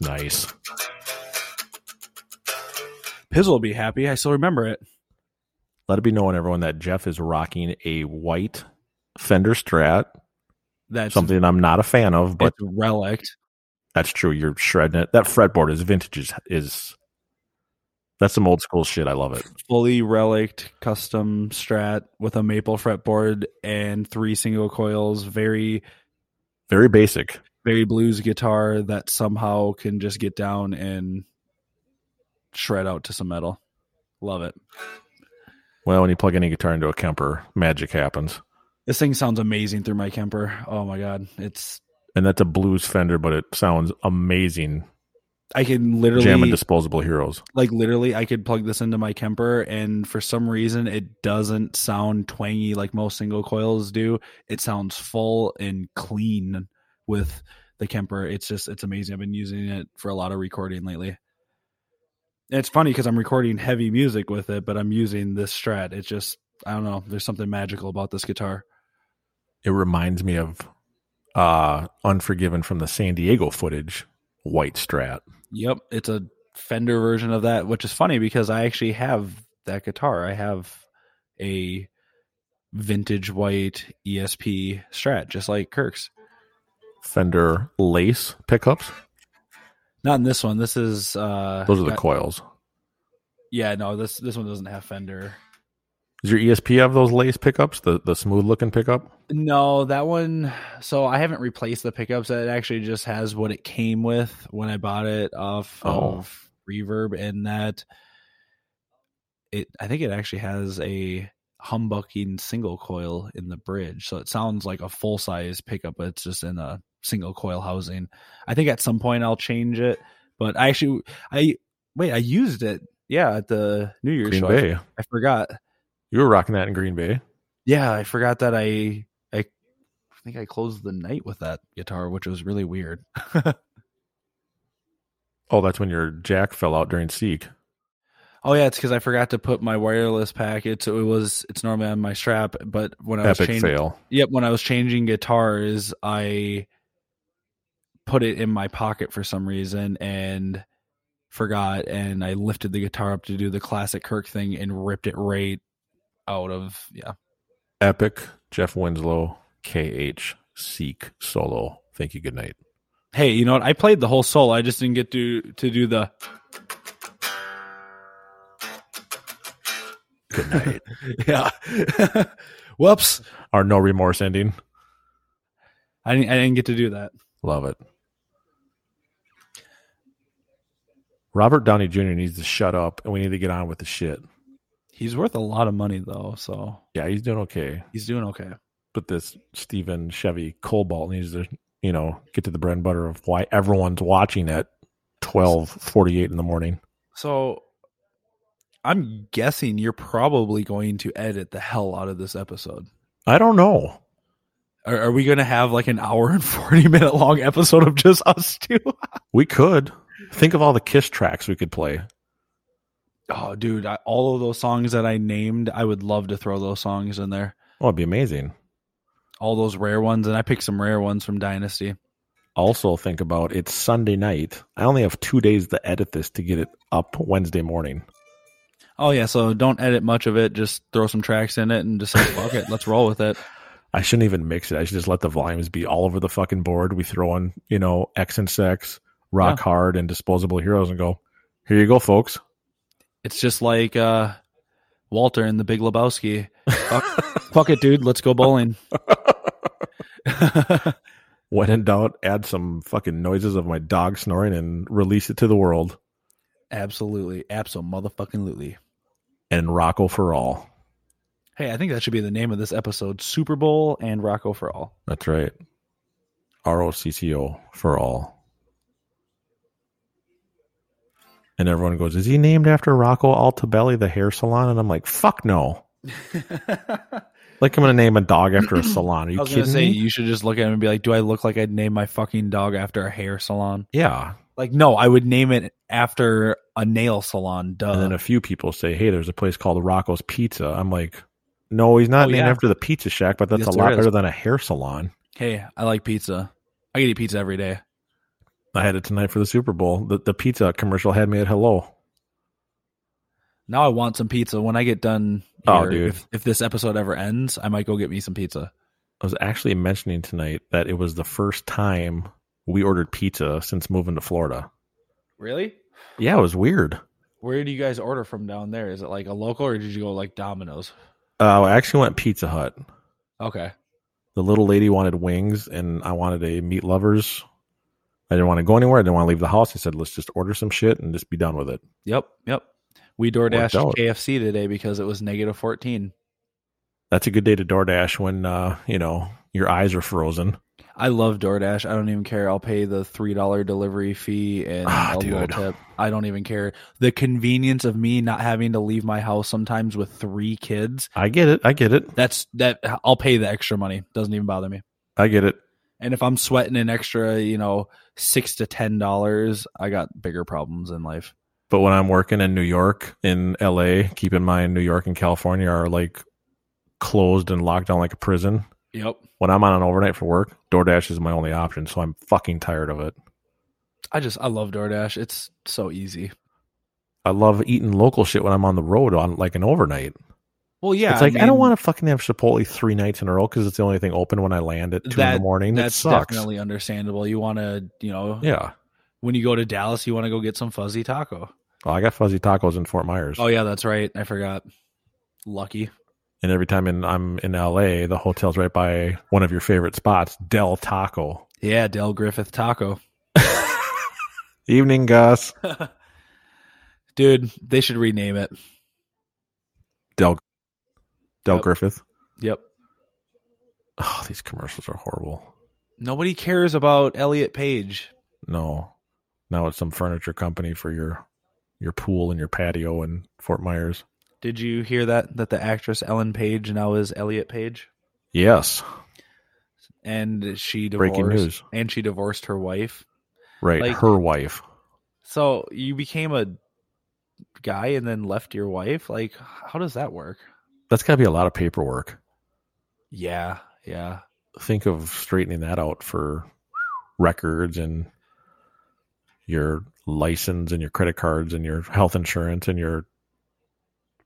S10: Nice.
S8: Pizzle will be happy. I still remember it.
S10: Let it be known, everyone, that Jeff is rocking a white Fender Strat.
S8: That's
S10: something I'm not a fan of, but
S8: it's relict.
S10: That's true. You're shredding it. That fretboard is vintage. Is, is that's some old school shit. I love it.
S8: Fully relict custom strat with a maple fretboard and three single coils. Very,
S10: very basic.
S8: Very blues guitar that somehow can just get down and shred out to some metal. Love it.
S10: Well, when you plug any guitar into a Kemper, magic happens.
S8: This thing sounds amazing through my Kemper. Oh my god, it's
S10: and that's a blues Fender, but it sounds amazing.
S8: I can literally
S10: jam and disposable heroes.
S8: Like literally, I could plug this into my Kemper, and for some reason, it doesn't sound twangy like most single coils do. It sounds full and clean with the Kemper. It's just it's amazing. I've been using it for a lot of recording lately. It's funny because I'm recording heavy music with it, but I'm using this Strat. It's just I don't know. There's something magical about this guitar.
S10: It reminds me of uh Unforgiven from the San Diego footage, White Strat.
S8: Yep, it's a Fender version of that, which is funny because I actually have that guitar. I have a vintage white ESP Strat, just like Kirk's.
S10: Fender lace pickups.
S8: Not in this one. This is uh
S10: those are the got, coils.
S8: Yeah, no this this one doesn't have Fender.
S10: Does your ESP have those lace pickups, the the smooth looking pickup?
S8: No, that one. So I haven't replaced the pickups. It actually just has what it came with when I bought it off oh. of Reverb, and that it. I think it actually has a humbucking single coil in the bridge, so it sounds like a full size pickup, but it's just in a single coil housing. I think at some point I'll change it, but I actually I wait I used it yeah at the New Year's
S10: Green
S8: show.
S10: Bay.
S8: I, I forgot.
S10: You were rocking that in Green Bay.
S8: Yeah, I forgot that I I think I closed the night with that guitar, which was really weird.
S10: oh, that's when your jack fell out during Seek.
S8: Oh yeah, it's because I forgot to put my wireless packet. So it was it's normally on my strap, but when I
S10: Epic
S8: was changing,
S10: fail.
S8: Yep, when I was changing guitars, I put it in my pocket for some reason and forgot and I lifted the guitar up to do the classic Kirk thing and ripped it right out of yeah.
S10: Epic Jeff Winslow KH Seek solo. Thank you. Good night.
S8: Hey, you know what? I played the whole solo. I just didn't get to to do the
S10: good night.
S8: yeah. Whoops.
S10: Our no remorse ending.
S8: I didn't I didn't get to do that.
S10: Love it. Robert Downey Jr. needs to shut up and we need to get on with the shit.
S8: He's worth a lot of money though, so
S10: yeah, he's doing okay.
S8: He's doing okay.
S10: But this Stephen Chevy Cobalt needs to, you know, get to the bread and butter of why everyone's watching at twelve forty eight in the morning.
S8: So I'm guessing you're probably going to edit the hell out of this episode.
S10: I don't know.
S8: Are, are we going to have like an hour and forty minute long episode of just us two?
S10: we could think of all the Kiss tracks we could play.
S8: Oh, dude, I, all of those songs that I named, I would love to throw those songs in there.
S10: Oh, it'd be amazing.
S8: All those rare ones, and I picked some rare ones from Dynasty.
S10: Also, think about it's Sunday night. I only have two days to edit this to get it up Wednesday morning.
S8: Oh yeah, so don't edit much of it. Just throw some tracks in it and just like, fuck it, let's roll with it.
S10: I shouldn't even mix it. I should just let the volumes be all over the fucking board. We throw in, you know, X and Sex, Rock yeah. Hard, and Disposable Heroes, and go. Here you go, folks
S8: it's just like uh, Walter in the Big Lebowski. Fuck, fuck it, dude. Let's go bowling.
S10: when in doubt, add some fucking noises of my dog snoring and release it to the world.
S8: Absolutely. Absolutely.
S10: And Rocco for all.
S8: Hey, I think that should be the name of this episode Super Bowl and Rocco for all.
S10: That's right. R O C C O for all. And everyone goes, Is he named after Rocco Altabelli, the hair salon? And I'm like, Fuck no. like, I'm going to name a dog after a salon. Are you I was kidding say, me?
S8: You should just look at him and be like, Do I look like I'd name my fucking dog after a hair salon?
S10: Yeah.
S8: Like, no, I would name it after a nail salon. Duh.
S10: And then a few people say, Hey, there's a place called Rocco's Pizza. I'm like, No, he's not oh, named yeah. after the pizza shack, but that's yes, a lot better than a hair salon.
S8: Hey, I like pizza. I can eat pizza every day.
S10: I had it tonight for the Super Bowl. The, the pizza commercial had me at hello.
S8: Now I want some pizza. When I get done, here, oh dude, if, if, this episode ever ends, I might go get me some pizza.
S10: I was actually mentioning tonight that it was the first time we ordered pizza since moving to Florida.
S8: Really?
S10: Yeah, it was weird.
S8: Where do you guys order from down there? Is it like a local or did you go like Domino's?
S10: Uh, I actually went Pizza Hut.
S8: Okay.
S10: The little lady wanted wings, and I wanted a meat lovers. I didn't want to go anywhere. I didn't want to leave the house. I said, let's just order some shit and just be done with it.
S8: Yep. Yep. We DoorDash KFC today because it was negative 14.
S10: That's a good day to DoorDash when, uh, you know, your eyes are frozen.
S8: I love DoorDash. I don't even care. I'll pay the three dollar delivery fee and
S10: Ah,
S8: a little
S10: dude.
S8: tip. I don't even care. The convenience of me not having to leave my house sometimes with three kids.
S10: I get it. I get it.
S8: That's that. I'll pay the extra money. Doesn't even bother me.
S10: I get it.
S8: And if I'm sweating an extra, you know, six to ten dollars, I got bigger problems in life.
S10: But when I'm working in New York, in LA, keep in mind New York and California are like closed and locked down like a prison.
S8: Yep.
S10: When I'm on an overnight for work, DoorDash is my only option. So I'm fucking tired of it.
S8: I just I love DoorDash. It's so easy.
S10: I love eating local shit when I'm on the road on like an overnight.
S8: Well, yeah.
S10: it's like I, don't
S8: mean,
S10: want to fucking have Chipotle three nights in a row because it's the only thing open when I land at two in the morning. That
S8: That's
S10: sucks.
S8: definitely understandable. You want to, you know,
S10: Yeah.
S8: When you go to Dallas, you want to go get some fuzzy taco.
S10: Well, I got fuzzy tacos in Fort Myers,
S8: Oh yeah, that's right. I forgot. Lucky.
S10: and every time in, I'm in LA, the hotel's right by one of your favorite spots, Del Taco.
S8: Yeah, Del Griffith Taco.
S10: Evening, Gus.
S8: Dude, they should rename it.
S10: Del Del
S8: Yep.
S10: Griffith.
S8: Yep.
S10: Oh, these commercials are horrible.
S8: Nobody cares about Elliot Page.
S10: No, now it's some furniture company for your your pool and your patio in Fort Myers.
S8: Did you hear that that the actress Ellen Page now is Elliot Page?
S10: Yes,
S8: And she divorced
S10: Breaking news.
S8: and she divorced her wife.
S10: right.
S8: Like-
S10: Her wife.
S8: So you became a guy and then left your wife? Like how does that work?
S10: That's got to be a lot of paperwork.
S8: Yeah, yeah.
S10: Think of straightening that out for records and your license and your credit cards and your health insurance and your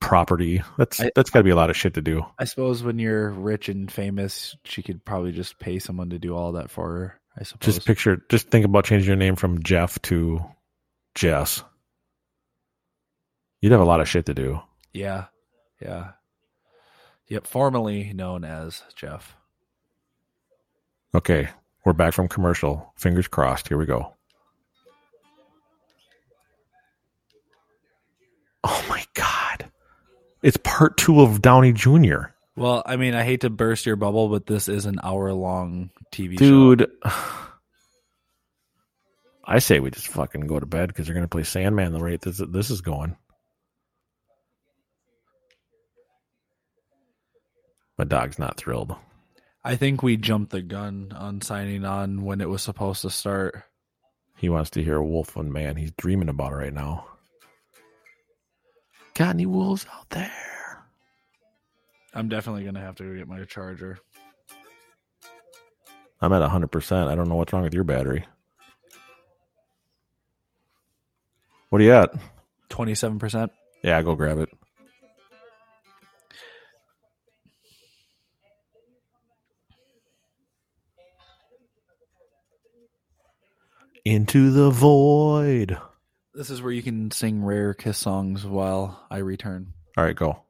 S10: property. That's
S8: I-
S10: that's got to be a lot of shit to do.
S8: I suppose when you're rich and famous, she could probably just pay someone to do all that for her. I suppose.
S10: Just picture, just think about changing your name from Jeff to Jess. You'd have a lot of shit to do.
S8: Yeah. Yeah. Yep. Formerly known as Jeff.
S10: Okay, we're back from commercial. Fingers crossed. Here we go. Oh my God. It's part two of Downey Jr.
S8: Well, I mean, I hate to burst your bubble, but this is an hour long TV show.
S10: Dude, I say we just fucking go to bed because they're going to play Sandman the rate this, this is going. My dog's not thrilled.
S8: I think we jumped the gun on signing on when it was supposed to start.
S10: He wants to hear Wolf and Man. He's dreaming about it right now. Got any wolves out there?
S8: I'm definitely going to have to go get my charger.
S10: I'm at 100%. I don't know what's wrong with your battery. What are you at?
S8: 27%.
S10: Yeah, go grab it. Into the void.
S8: This is where you can sing rare kiss songs while I return.
S10: All right, go.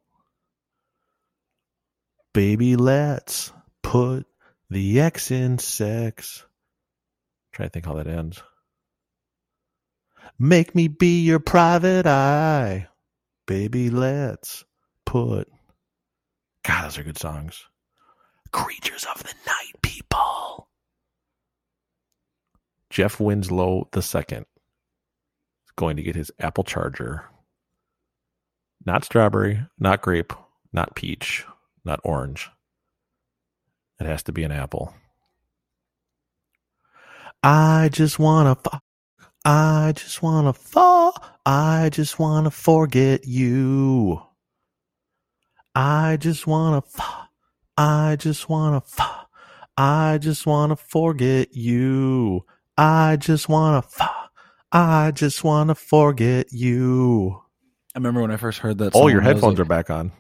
S10: Baby, let's put the X in sex. Try to think how that ends. Make me be your private eye. Baby, let's put. God, those are good songs. Creatures of the night people. Jeff Winslow the second is going to get his Apple Charger. Not strawberry, not grape, not peach, not orange. It has to be an apple. I just wanna fuck. I just wanna fall. I just wanna forget you. I just wanna fuck. I just wanna fuck. I just wanna forget you. I just wanna fuck. I just wanna forget you.
S8: I remember when I first heard that
S10: All
S8: song,
S10: your
S8: I was
S10: headphones
S8: like-
S10: are back on.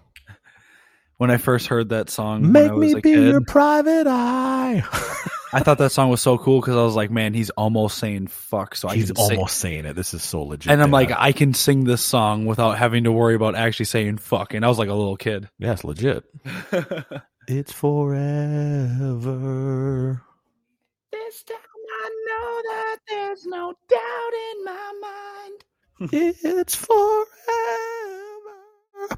S8: When I first heard that song, when I
S10: Make
S8: was
S10: me
S8: a
S10: be
S8: kid,
S10: your private eye.
S8: I thought that song was so cool because I was like, man, he's almost saying fuck. So
S10: He's
S8: I can sing-
S10: almost saying it. This is so legit.
S8: And I'm
S10: Dad.
S8: like, I can sing this song without having to worry about actually saying fuck. And I was like a little kid.
S10: Yeah, it's legit. it's forever.
S15: This time I know that there's no doubt in my mind.
S10: it's forever.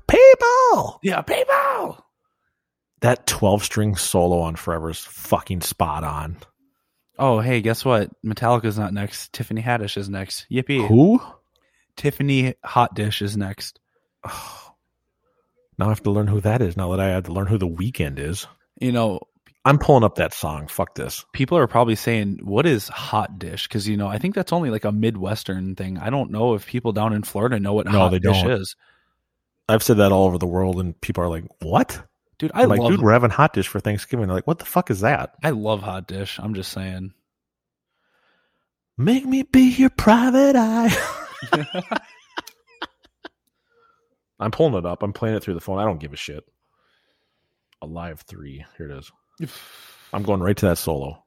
S10: People.
S15: Yeah, people.
S10: That 12 string solo on Forever is fucking spot on.
S8: Oh, hey, guess what? Metallica's not next. Tiffany Haddish is next. Yippee.
S10: Who?
S8: Tiffany Hot Dish is next.
S10: Now I have to learn who that is. Now that I had to learn who the weekend is.
S8: You know,
S10: I'm pulling up that song. Fuck this.
S8: People are probably saying, what is hot dish? Because, you know, I think that's only like a Midwestern thing. I don't know if people down in Florida know what
S10: No,
S8: hot
S10: they
S8: dish
S10: don't.
S8: is.
S10: I've said that all over the world, and people are like, "What,
S8: Dude, I
S10: I'm like,
S8: love-
S10: dude, we're having hot dish for Thanksgiving." They're like, "What the fuck is that?"
S8: I love hot dish. I'm just saying.
S10: Make me be your private eye. I'm pulling it up. I'm playing it through the phone. I don't give a shit. Alive three. Here it is. I'm going right to that solo.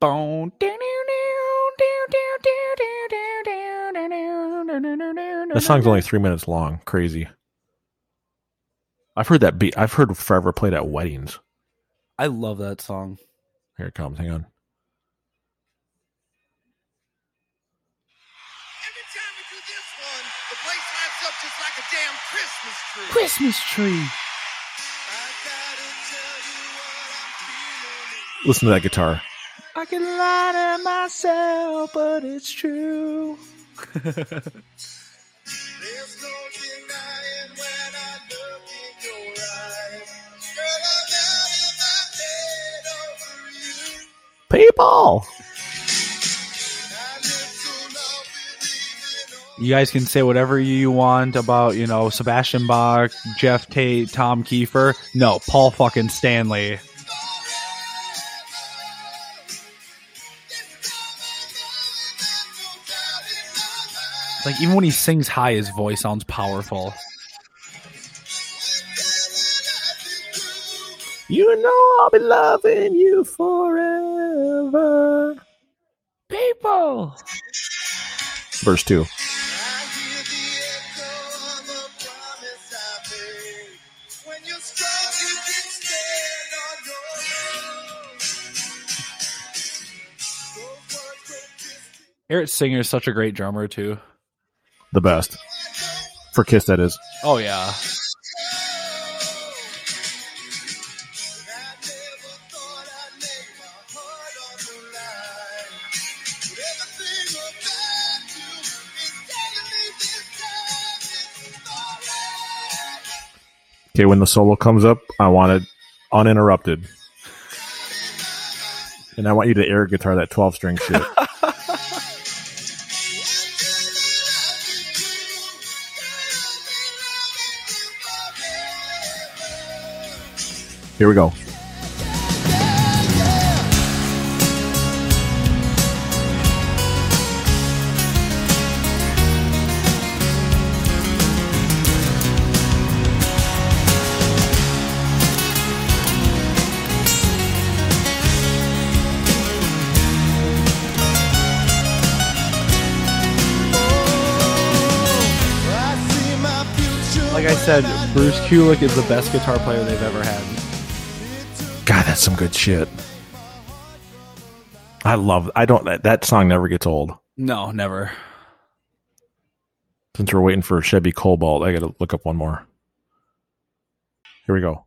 S15: Bone.
S10: That song's only three minutes long. Crazy. I've heard that beat. I've heard forever played at weddings.
S8: I love that song.
S10: Here it comes. Hang on.
S11: The place lights up just like a damn Christmas tree.
S15: Christmas tree.
S10: Listen to that guitar.
S15: I can lie to myself, but it's true.
S10: People.
S8: You guys can say whatever you want about, you know, Sebastian Bach, Jeff Tate, Tom Kiefer. No, Paul fucking Stanley. Like even when he sings high, his voice sounds powerful.
S10: You know I'll be loving you forever.
S15: People.
S10: Verse two.
S8: Eric Singer is such a great drummer too.
S10: The best. For Kiss, that is.
S8: Oh yeah.
S10: Okay, when the solo comes up, I want it uninterrupted. And I want you to air guitar that 12 string shit. Here we go.
S8: Like I said, Bruce Kulick is the best guitar player they've ever had.
S10: God, that's some good shit. I love I don't that, that song never gets old.
S8: No, never.
S10: Since we're waiting for Chevy Cobalt, I gotta look up one more. Here we go.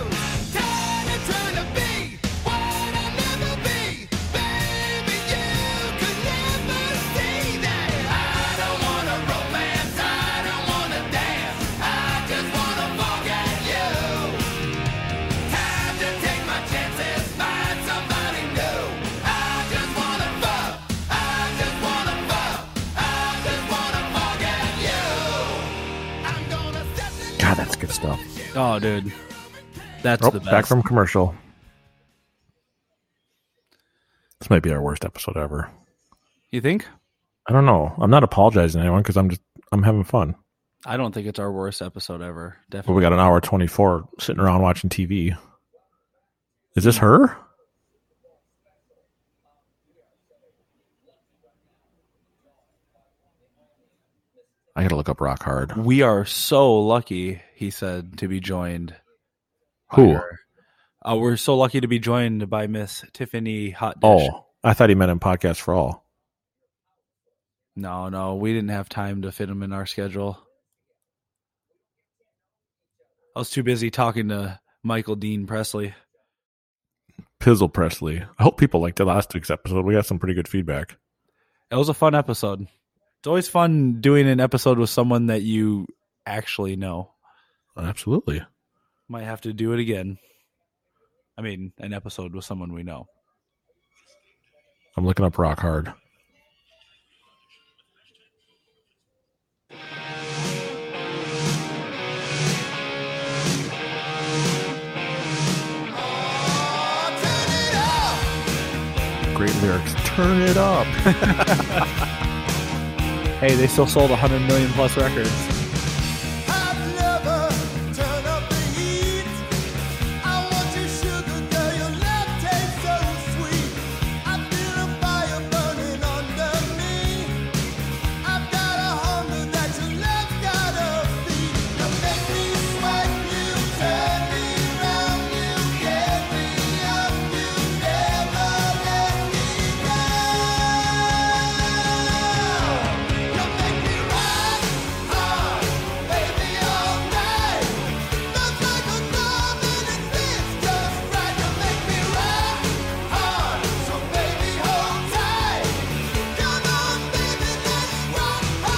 S15: Baby, you could never see that. stuff.
S8: Oh, dude, that's
S15: Oh,
S8: the best.
S15: back from commercial. This might be our worst episode ever.
S8: you think?
S15: I don't know. I'm not apologizing to anyone because I'm just I'm having fun.
S8: I don't think it's our worst episode ever. Definitely.
S15: But we got an hour 24 sitting around watching TV. Is this her? I gotta look up Rock Hard.
S8: We are so lucky, he said, to be joined. by
S15: Who?
S8: her. Uh, we're so lucky to be joined by Miss Tiffany Hot Dish.
S15: Oh, I thought he meant in podcast for all.
S8: No, no, we didn't have time to fit him in our schedule. I was too busy talking to Michael Dean Presley.
S15: Pizzle Presley. I hope people liked the last week's episode. We got some pretty good feedback.
S8: It was a fun episode. It's always fun doing an episode with someone that you actually know.
S15: Absolutely.
S8: Might have to do it again. I mean, an episode with someone we know.
S15: I'm looking up Rock Hard. Great lyrics. Turn it up.
S8: hey, they still sold 100 million plus records.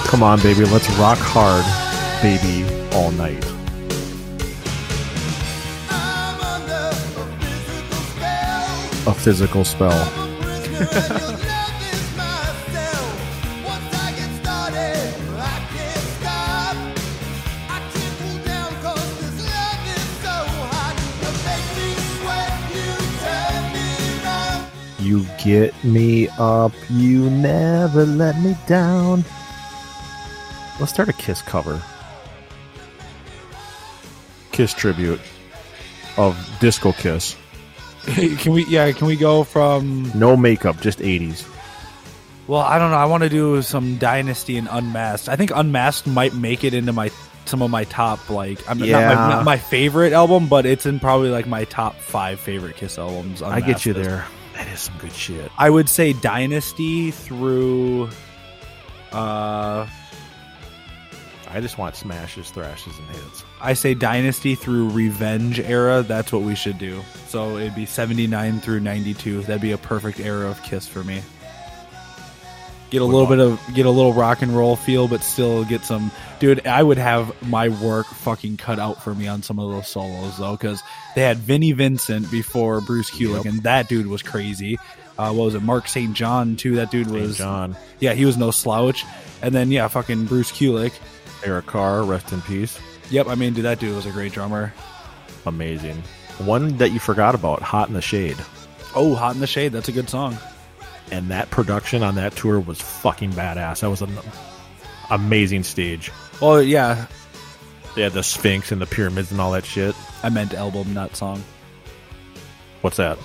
S15: Come on, baby. Let's rock hard, baby, all night. A physical spell. You get me up. You never let me down. Let's start a Kiss cover. Kiss tribute of Disco Kiss.
S8: can we? Yeah, can we go from?
S15: No makeup, just 80s.
S8: Well, I don't know. I want to do some Dynasty and Unmasked. I think Unmasked might make it into my some of my top like I'm not,
S15: Yeah.
S8: my, not my favorite album, but it's in probably like my top five favorite Kiss albums.
S15: I get
S8: Unmasked
S15: you
S8: is-
S15: there. That is some good shit.
S8: I would say Dynasty through. Uh,
S15: I just want smashes, thrashes, and hits.
S8: I say Dynasty through Revenge era. That's what we should do. So it'd be 79 through 92. That'd be a perfect era of Kiss for me. Get a little bit of get a little rock and roll feel, but still get some. Dude, I would have my work fucking cut out for me on some of those solos though, because they had Vinnie Vincent before Bruce Kulick, and that dude was crazy. Uh, what was it, Mark St. John too? That dude was
S15: John.
S8: Yeah, he was no slouch. And then yeah, fucking Bruce Kulick.
S15: Eric Carr, rest in peace.
S8: Yep, I mean, dude, that dude was a great drummer.
S15: Amazing. One that you forgot about, Hot in the Shade.
S8: Oh, Hot in the Shade. That's a good song.
S15: And that production on that tour was fucking badass. That was an amazing stage.
S8: Oh yeah,
S15: They had the Sphinx and the pyramids and all that shit.
S8: I meant album, not song.
S15: What's that?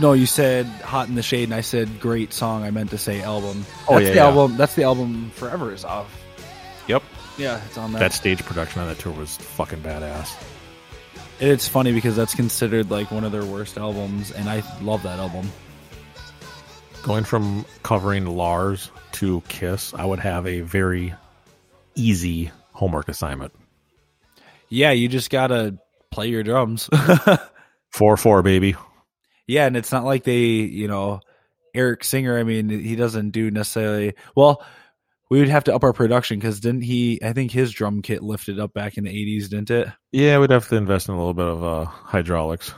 S8: No, you said "Hot in the Shade," and I said "Great song." I meant to say album.
S15: Oh,
S8: that's
S15: yeah,
S8: the
S15: yeah.
S8: album. That's the album. Forever is off.
S15: Yep.
S8: Yeah, it's on that.
S15: That stage production on that tour was fucking badass.
S8: And it's funny because that's considered like one of their worst albums, and I love that album.
S15: Going from covering Lars to Kiss, I would have a very easy homework assignment.
S8: Yeah, you just gotta play your drums.
S15: 4 4, baby.
S8: Yeah, and it's not like they, you know, Eric Singer. I mean, he doesn't do necessarily well. We would have to up our production because didn't he? I think his drum kit lifted up back in the eighties, didn't it?
S15: Yeah, we'd have to invest in a little bit of uh, hydraulics.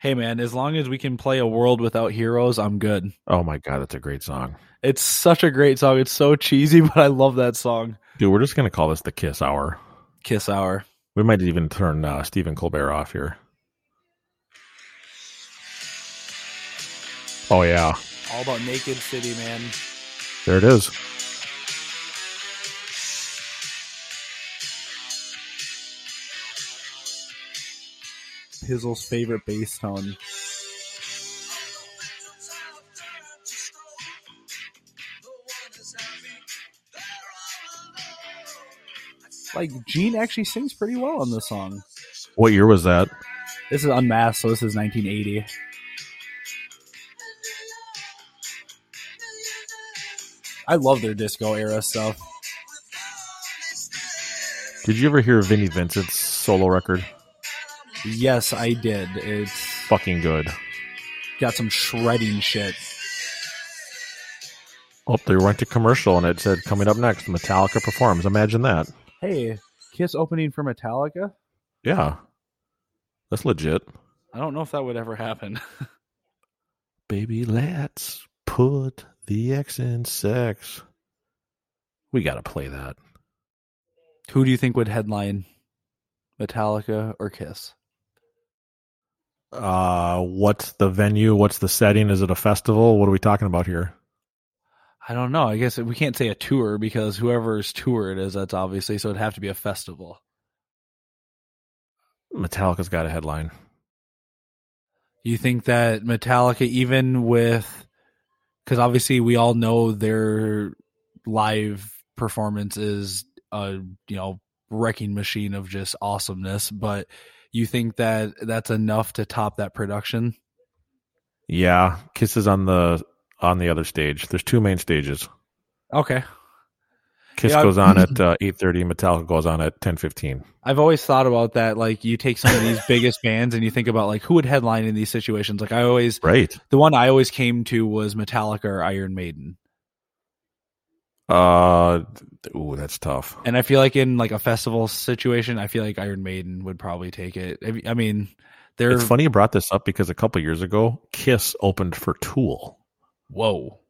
S8: Hey man, as long as we can play a world without heroes, I'm good.
S15: Oh my god, that's a great song.
S8: It's such a great song. It's so cheesy, but I love that song.
S15: Dude, we're just gonna call this the Kiss Hour.
S8: Kiss Hour.
S10: We might even turn uh, Stephen Colbert off here. Oh yeah,
S8: All about Naked City, man.
S10: there it is.
S8: Pizzle's favorite bass tone. Like Gene actually sings pretty well on this song.
S10: What year was that?
S8: This is unmasked, so this is 1980. I love their disco era stuff.
S10: Did you ever hear Vinnie Vincent's solo record?
S8: Yes, I did. It's
S10: Fucking good.
S8: got some shredding shit.
S10: Oh, they went to commercial and it said coming up next, Metallica performs. Imagine that.
S8: Hey, Kiss opening for Metallica?
S10: Yeah, that's legit.
S8: I don't know if that would ever happen.
S10: Baby, let's put the X in sex. We gotta play that.
S8: Who do you think would headline Metallica or Kiss?
S10: Uh, what's the venue? What's the setting? Is it a festival? What are we talking about here?
S8: I don't know. I guess we can't say a tour because whoever's tour it is, that's obviously, so it'd have to be a festival.
S10: Metallica's got a headline.
S8: You think that Metallica, even with, because obviously we all know their live performance is a you know wrecking machine of just awesomeness, but you think that that's enough to top that production?
S10: Yeah, Kisses on the on the other stage. There's two main stages.
S8: Okay,
S10: Kiss
S8: Yeah, I-
S10: goes on at uh, eight thirty. Metallica goes on at ten fifteen.
S8: I've always thought about that. Like you take some of these biggest bands and you think about like who would headline in these situations. Like I always,
S10: Right.
S8: the one I always came to was Metallica or Iron Maiden.
S10: Uh, ooh, that's tough.
S8: And I feel like in like a festival situation, I feel like Iron Maiden would probably take it. I mean- I mean, they're
S10: It's funny you brought this up because a couple years ago, Kiss opened for Tool.
S8: Whoa.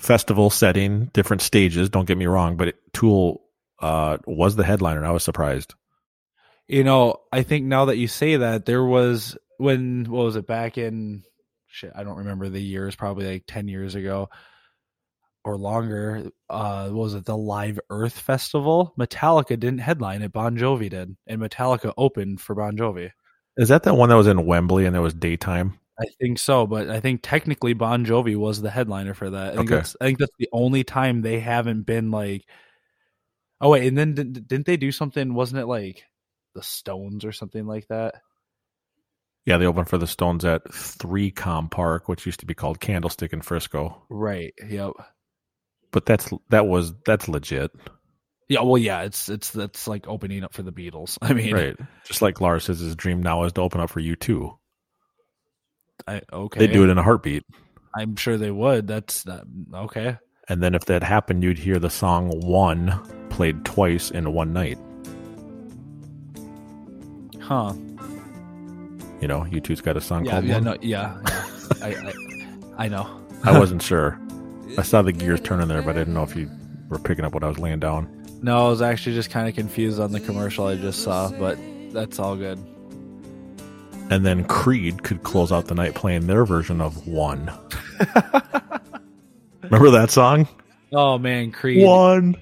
S10: Festival setting, different stages. Don't get me wrong, but it, Tool uh, was the headliner. and I was surprised.
S8: You know, I think now that you say that, there was when what was it back in shit, I don't remember the years, probably like 10 years ago or longer. Uh what was it the Live Earth Festival? Metallica didn't headline it, Bon Jovi did. And Metallica opened for Bon Jovi.
S10: Is that that one that was in Wembley and there was daytime?
S8: I think so, but I think technically Bon Jovi was the headliner for that. I think,
S10: Okay.
S8: that's, I think that's the only time they haven't been like. Oh wait, and then didn't didn't they do something? Wasn't it like the Stones or something like that?
S10: Yeah, they opened for the Stones at Three Com Park, which used to be called Candlestick in Frisco.
S8: Right. Yep.
S10: But that's that was that's legit,
S8: Yeah. Well, yeah. It's it's that's like opening up for the Beatles. I mean,
S10: right? Just like Lars says, his dream now is to open up for you too.
S8: I, okay.
S10: They do it in a heartbeat.
S8: I'm sure they would. That's not, okay.
S10: And then if that happened, you'd hear the song One played twice in one night.
S8: Huh.
S10: You know, you two's got a song
S8: Yeah.
S10: called
S8: Yeah.
S10: One.
S8: No. Yeah. yeah. I, I I know.
S10: I wasn't sure. I saw the gears turning there, but I didn't know if you were picking up what I was laying down.
S8: No, I was actually just kind of confused on the commercial I just saw, but that's all good.
S10: And then Creed could close out the night playing their version of One. Remember that song?
S8: Oh man, Creed.
S10: One,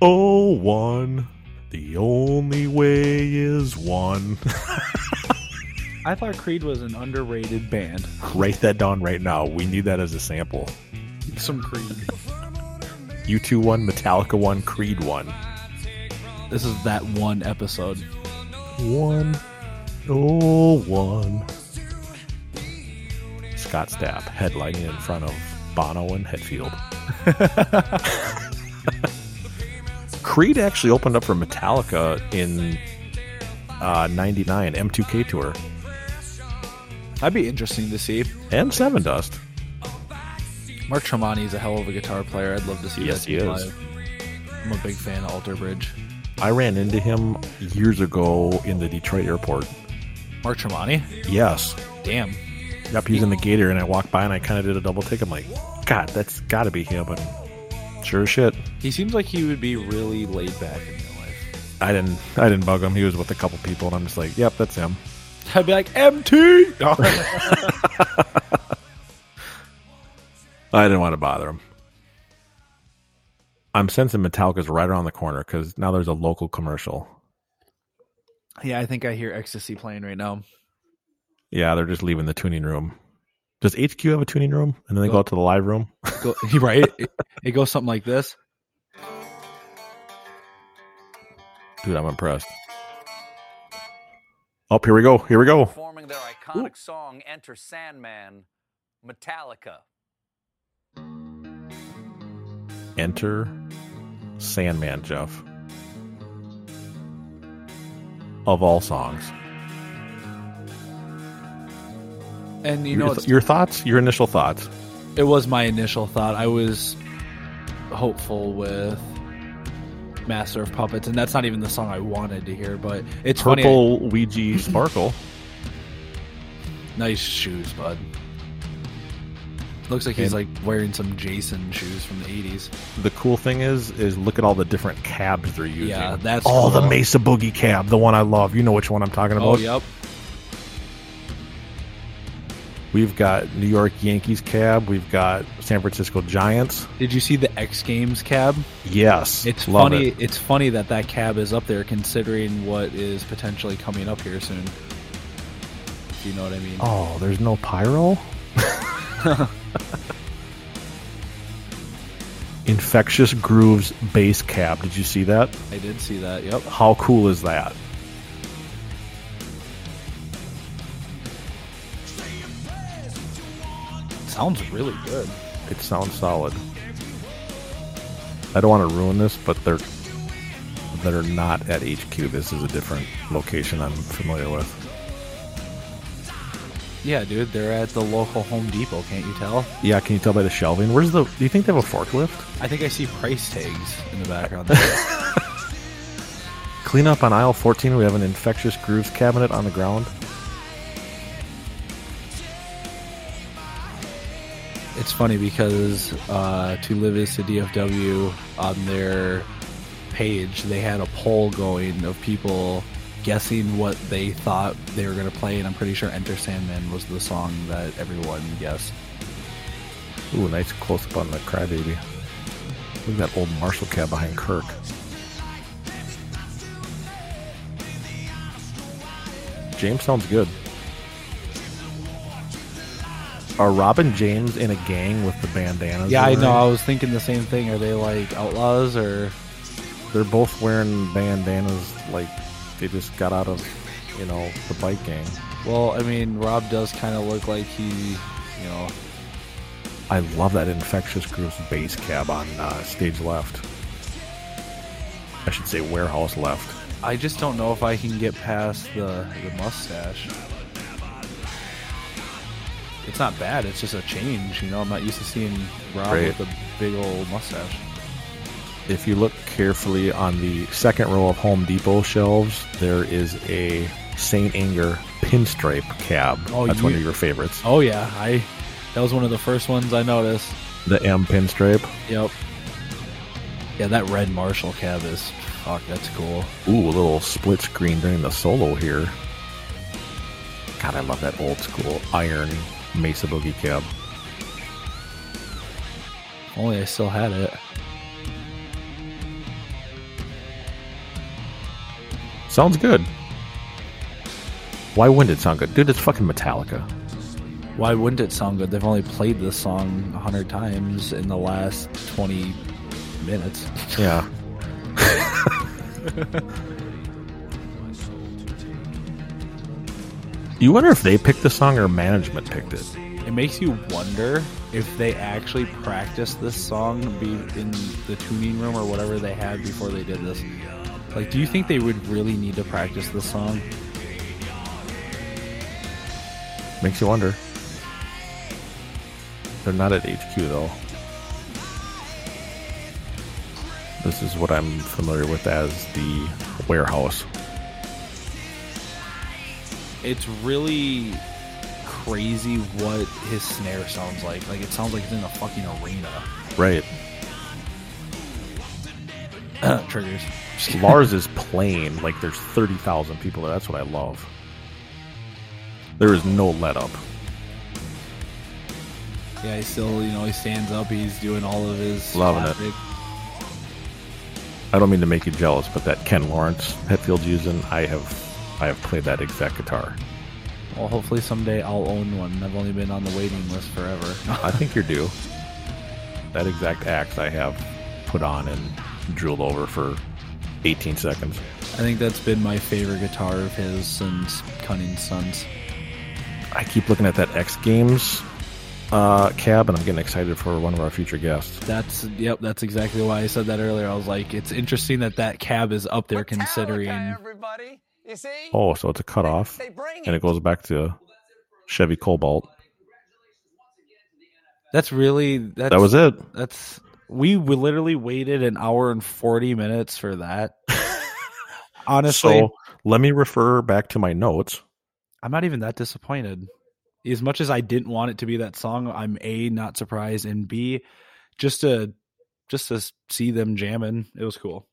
S10: oh, one. The only way is one.
S8: I thought Creed was an underrated band.
S10: Write that down right now. We need that as a sample.
S8: Some Creed.
S10: U2 one, Metallica one, Creed one.
S8: This is that one episode.
S10: One, oh, one. Scott Stapp headlining in front of Bono and Hetfield. Creed actually opened up for Metallica in uh, 99 M2K tour
S8: That'd be interesting to see.
S10: and Seven Dust.
S8: Mark Tremonti is a hell of a guitar player. I'd love to see
S10: Yes,
S8: that
S10: he
S8: dude
S10: is.
S8: live. I'm a big fan of Alter Bridge.
S10: I ran into him years ago in the Detroit airport.
S8: Mark Tremonti?
S10: Yes.
S8: Damn.
S10: Yep, he's in the gator, and I walked by and I kind of did a double take. I'm like, God, that's got to be him. But sure as shit.
S8: He seems like he would be really laid back in real life.
S10: I didn't. I didn't bug him. He was with a couple people, and I'm just like, "Yep, that's him."
S8: I'd be like, MT.
S10: I didn't want to bother him. I'm sensing Metallica's right around the corner because now there's a local commercial.
S8: yeah, I think I hear ecstasy playing right now.
S10: Yeah, they're just leaving the tuning room. Does HQ have a tuning room? And then they go out to the live room.
S8: Go, right? It, it goes something like this.
S10: Dude, I'm impressed. Oh, here we go. Here we go.
S5: Performing their iconic song, Enter Sandman, Metallica.
S10: Enter Sandman, Jeff. Of all songs.
S8: And you
S10: your,
S8: know,
S10: th-
S8: it's,
S10: your thoughts? Your initial thoughts?
S8: it was my initial thought. I was hopeful with Master of Puppets, and that's not even the song I wanted to hear. But it's funny.
S10: Purple Ouija Sparkle.
S8: Nice shoes, bud. Looks like he's like wearing some Jason shoes from the '80s.
S10: The cool thing is, is look at all the different cabs they're using.
S8: Yeah, that's
S10: all the
S8: cool.
S10: Mesa Boogie cab, the one I love. You know which one I'm talking about.
S8: Oh, yep.
S10: We've got New York Yankees cab. We've got San Francisco Giants.
S8: Did you see the X Games cab?
S10: Yes,
S8: It's
S10: love
S8: funny.
S10: it.
S8: It's funny that that cab is up there, considering what is potentially coming up here soon. Do you know what I mean?
S10: Oh, there's no pyro. Infectious Grooves bass cab. Did you see that?
S8: I did see that. Yep.
S10: How cool is that?
S8: Sounds really good.
S10: It sounds solid. I don't want to ruin this, but they're they're not at HQ. This is a different location I'm familiar with.
S8: Yeah, dude, they're at the local Home Depot. Can't you tell?
S10: Yeah, can you tell by the shelving? Where's the? Do you think they have a forklift?
S8: I think I see price tags in the background. there.
S10: Clean up on aisle 14. We have an infectious grooves cabinet on the ground.
S8: it's funny because uh, to live is to DFW on their page, they had a poll going of people guessing what they thought they were going to play, and I'm pretty sure Enter Sandman was the song that everyone guessed.
S10: Ooh, nice close up on the crybaby. Look at that old Marshall cab behind Kirk. James sounds good. Are Robin James in a gang with the bandanas?
S8: Yeah, I
S10: they're
S8: know.
S10: wearing?
S8: I was thinking the same thing. Are they like outlaws or?
S10: They're both wearing bandanas like they just got out of, you know, the bike gang.
S8: Well, I mean, Rob does kind of look like he, you know,
S10: I love that infectious grooves base cab on uh, stage left. I should say warehouse left.
S8: I just don't know if I can get past the, the mustache. It's not bad. It's just a change. You know, I'm not used to seeing Rob
S10: Right.
S8: with a big old mustache.
S10: If you look carefully on the second row of Home Depot shelves, there is a St. Anger pinstripe cab.
S8: Oh,
S10: That's one
S8: you-
S10: of your favorites.
S8: Oh yeah, I that was one of the first ones I noticed.
S10: The M pinstripe.
S8: Yep. Yeah, that red Marshall cab is fuck. That's cool.
S10: Ooh, a little split screen during the solo here. God, I love that old school iron Mesa Boogie cab.
S8: Only I still had it.
S10: Sounds good. Why wouldn't it sound good? Dude, it's fucking Metallica.
S8: Why wouldn't it sound good? They've only played this song a hundred times in the last twenty minutes.
S10: Yeah. You wonder if they picked the song or management picked it.
S8: It makes you wonder if they actually practiced this song be in the tuning room or whatever they had before they did this. Like, do you think they would really need to practice this song?
S10: Makes you wonder. They're not at HQ though. This is what I'm familiar with as the warehouse.
S8: It's really crazy what his snare sounds like. Like, it sounds like it's in a fucking arena.
S10: Right.
S8: Triggers.
S11: Lars is playing like there's 30,000 people there. That's what I love. There is no let up.
S8: Yeah, he still, you know, he stands up. He's doing all of his
S11: Loving it.
S8: classic-
S11: I don't mean to make you jealous, but that Ken Lawrence Hetfield's using, I have I have played that exact guitar.
S8: Well, hopefully someday I'll own one. I've only been on the waiting list forever.
S11: I think you're due. That exact axe I have put on and drooled over for 18 seconds.
S8: I think that's been my favorite guitar of his since Cunning Sons.
S11: I keep looking at that X Games uh, cab, and I'm getting excited for one of our future guests.
S8: That's yep. That's exactly why I said that earlier. I was like, it's interesting that that cab is up there considering.
S11: Oh, so it's a cutoff, and it goes back to Chevy Cobalt.
S8: That's really that's,
S11: That was it.
S8: That's we w- literally waited an hour and forty minutes for that. Honestly,
S11: So let me refer back to my notes.
S8: I'm not even that disappointed. As much as I didn't want it to be that song, I'm a not surprised, and b just to just to s- see them jamming, it was cool.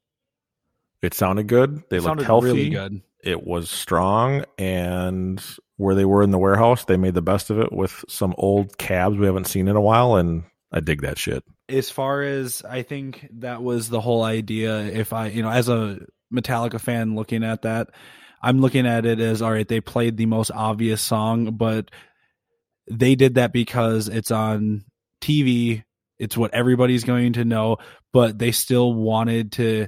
S11: It sounded good. They
S8: It
S11: looked
S8: sounded
S11: healthy.
S8: really good.
S11: It was strong, and where they were in the warehouse, they made the best of it with some old cabs we haven't seen in a while, and I dig that shit.
S8: as far as I think that was the whole idea. If I, you know, as a Metallica fan looking at that, I'm looking at it as all right, they played the most obvious song, but they did that because it's on TV, it's what everybody's going to know, but they still wanted to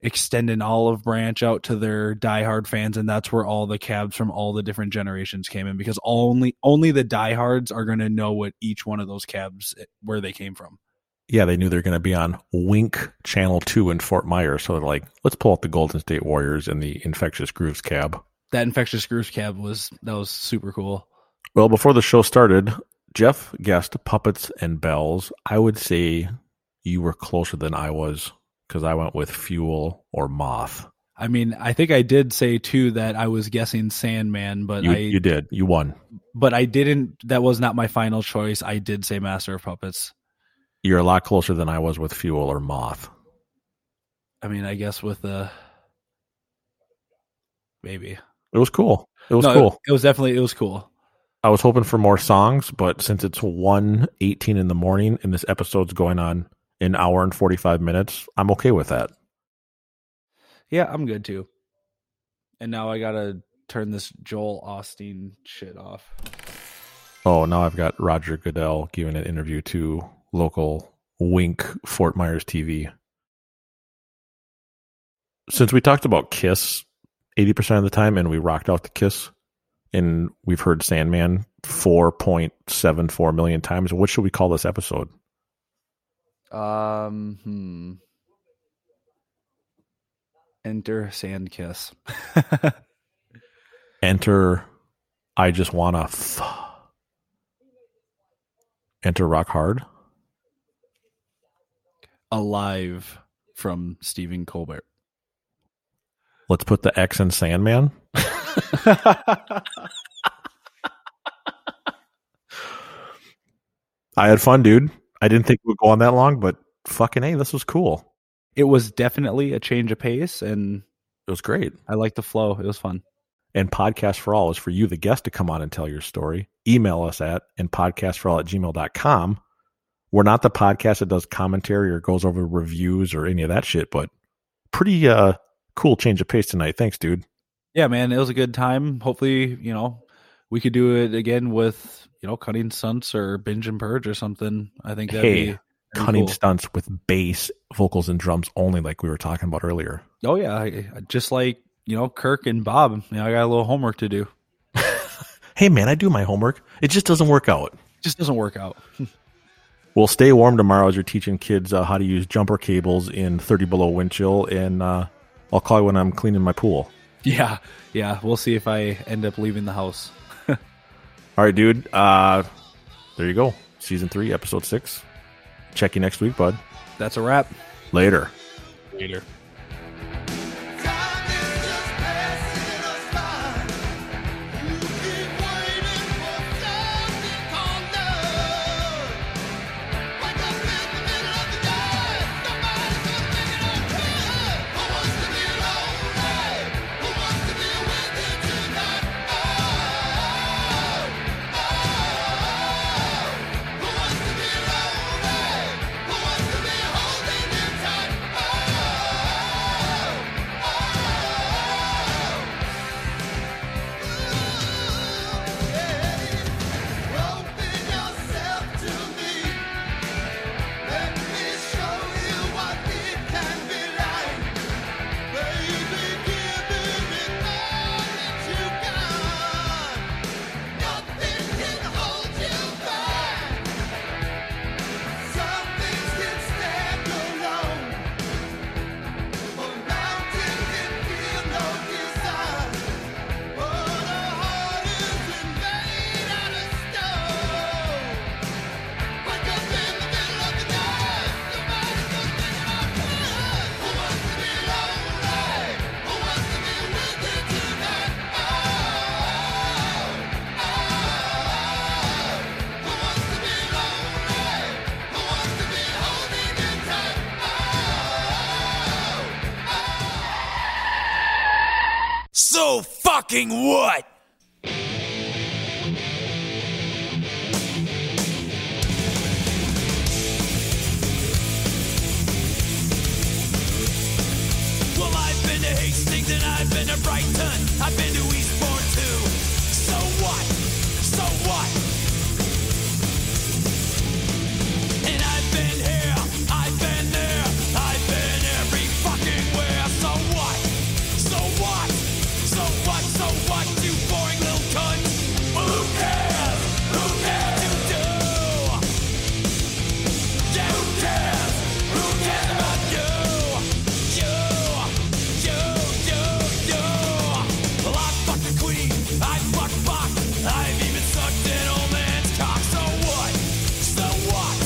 S8: extend an olive branch out to their diehard fans and that's where all the cabs from all the different generations came in because only only the diehards are going to know what each one of those cabs eh, where they came from.
S11: Yeah, they knew they're going to be on Wink Channel Two in Fort Myers, so they're like, let's pull out the Golden State Warriors and the Infectious Grooves cab.
S8: that infectious grooves cab was that was super cool.
S11: Well, before the show started, Jeff guessed puppets and bells. I would say you were closer than I was because I went with fuel or moth.
S8: I mean, I think I did say too that I was guessing Sandman, but
S11: you,
S8: I
S11: you did. You won.
S8: but I didn't. That was not my final choice. I did say Master of Puppets.
S11: You're a lot closer than I was with fuel or moth.
S8: I mean, I guess with the maybe
S11: It was cool. It was
S8: No,
S11: cool.
S8: It, was definitely it was cool.
S11: I was hoping for more songs, but since it's 1.18 in the morning and this episode's going on an hour and 45 minutes, I'm okay with that.
S8: Yeah, I'm good too. And now I gotta turn this Joel Austin shit off.
S11: Oh, now I've got Roger Goodell giving an interview to local Wink Fort Myers TV. Since we talked about Kiss 80% of the time and we rocked out the Kiss, and we've heard Sandman 4.74 million times, what should we call this episode?
S8: Um, hmm. Enter Sandkiss.
S11: Enter I Just Wanna F. Enter Rock Hard.
S8: Alive from Stephen Colbert.
S11: Let's put the X in Sandman. I had fun, dude. I didn't think it would go on that long, but fucking hey, this was cool.
S8: It was definitely a change of pace and
S11: It was great.
S8: I liked the flow. It was fun.
S11: And Podcast for All is for you, the guest, to come on and tell your story. Email us at and podcastforall at gmail.com. We're not the podcast that does commentary or goes over reviews or any of that shit, but pretty uh cool change of pace tonight. Thanks, dude.
S8: Yeah, man, it was a good time. Hopefully, you know, we could do it again with, you know, Cutting Stunts or Binge and Purge or something. I think that'd be
S11: hey,
S8: that'd be
S11: cunning
S8: cool.
S11: stunts with bass, vocals, and drums only, like we were talking about earlier.
S8: Oh, yeah. I- I- Just like, you know, Kirk and Bob. You know, I got a little homework to do.
S11: Hey, man, I do my homework. It just doesn't work out.
S8: Just doesn't work out.
S11: Well, stay warm tomorrow as you're teaching kids uh, how to use jumper cables in 30 below wind chill, and uh, I'll call you when I'm cleaning my pool.
S8: Yeah. Yeah. We'll see if I end up leaving the house.
S11: All right, dude. Uh, there you go. Season three, episode six. Check you next week, bud.
S8: That's a wrap.
S11: Later.
S8: Later.
S15: Somebody's gonna make it okay.
S16: So fucking what?
S15: Well, I've been to Hastings and I've been to Brighton. I've been to Eastbourne too. So what? So what? And I've been here, I've been there, I've been every fucking where. So what? So what? So what? So what? You boring little cunt. Well, who cares? Who cares? You do. Yeah, who cares? Who cares about you? You, you, you, you. Well, I fucked the queen. I fucked Bach. I've even sucked an old man's cock. So what? So what?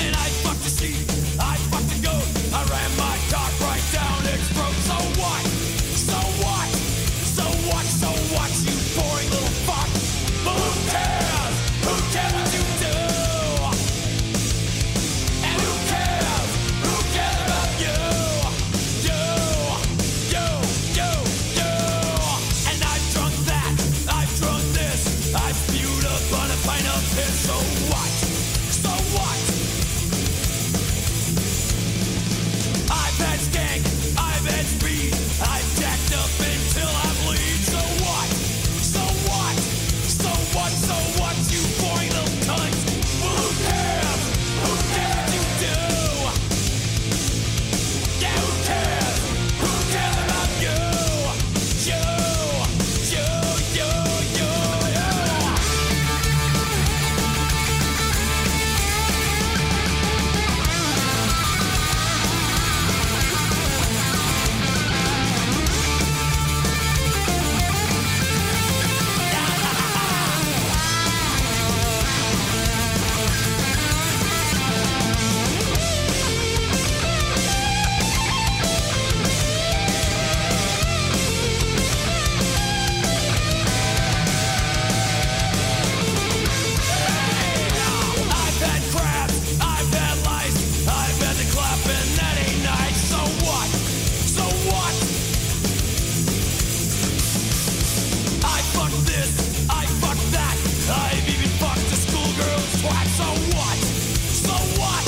S15: And I fucked the sheep. I fucked the goat. I ran my cock right down its throat. So what? So what? So what? So what? You boring little fuck. But who cares? Who cares what you do? And who cares? Who cares about you? You, you, you, you. And I've drunk that. I've drunk this. I've spewed upon a pint of piss. So what? So what? I've had skank, I've had speed, I've jacked up until I bleed. So what? So what? So what? So what? You boring little cunt. Well, who cares? Who cares what you do? Yeah, who cares? Who cares about you? You, you, you, you, you. I've had crabs, I've had lice, I've had the clap and that ain't nice. So what? So what? I fucked this, I fucked that, I've even fucked a schoolgirl twat. So what? So what?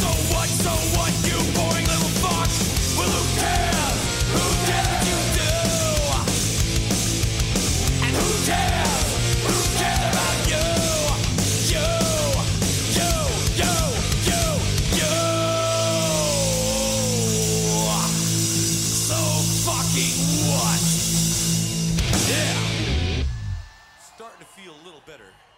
S15: So what? So what? You boring little fuck. Well, who cares? Who cares what you do? And who cares? Who cares about you? You. Yo, yo, yo, yo. So fucking what? Yeah.
S6: Starting to feel a little better.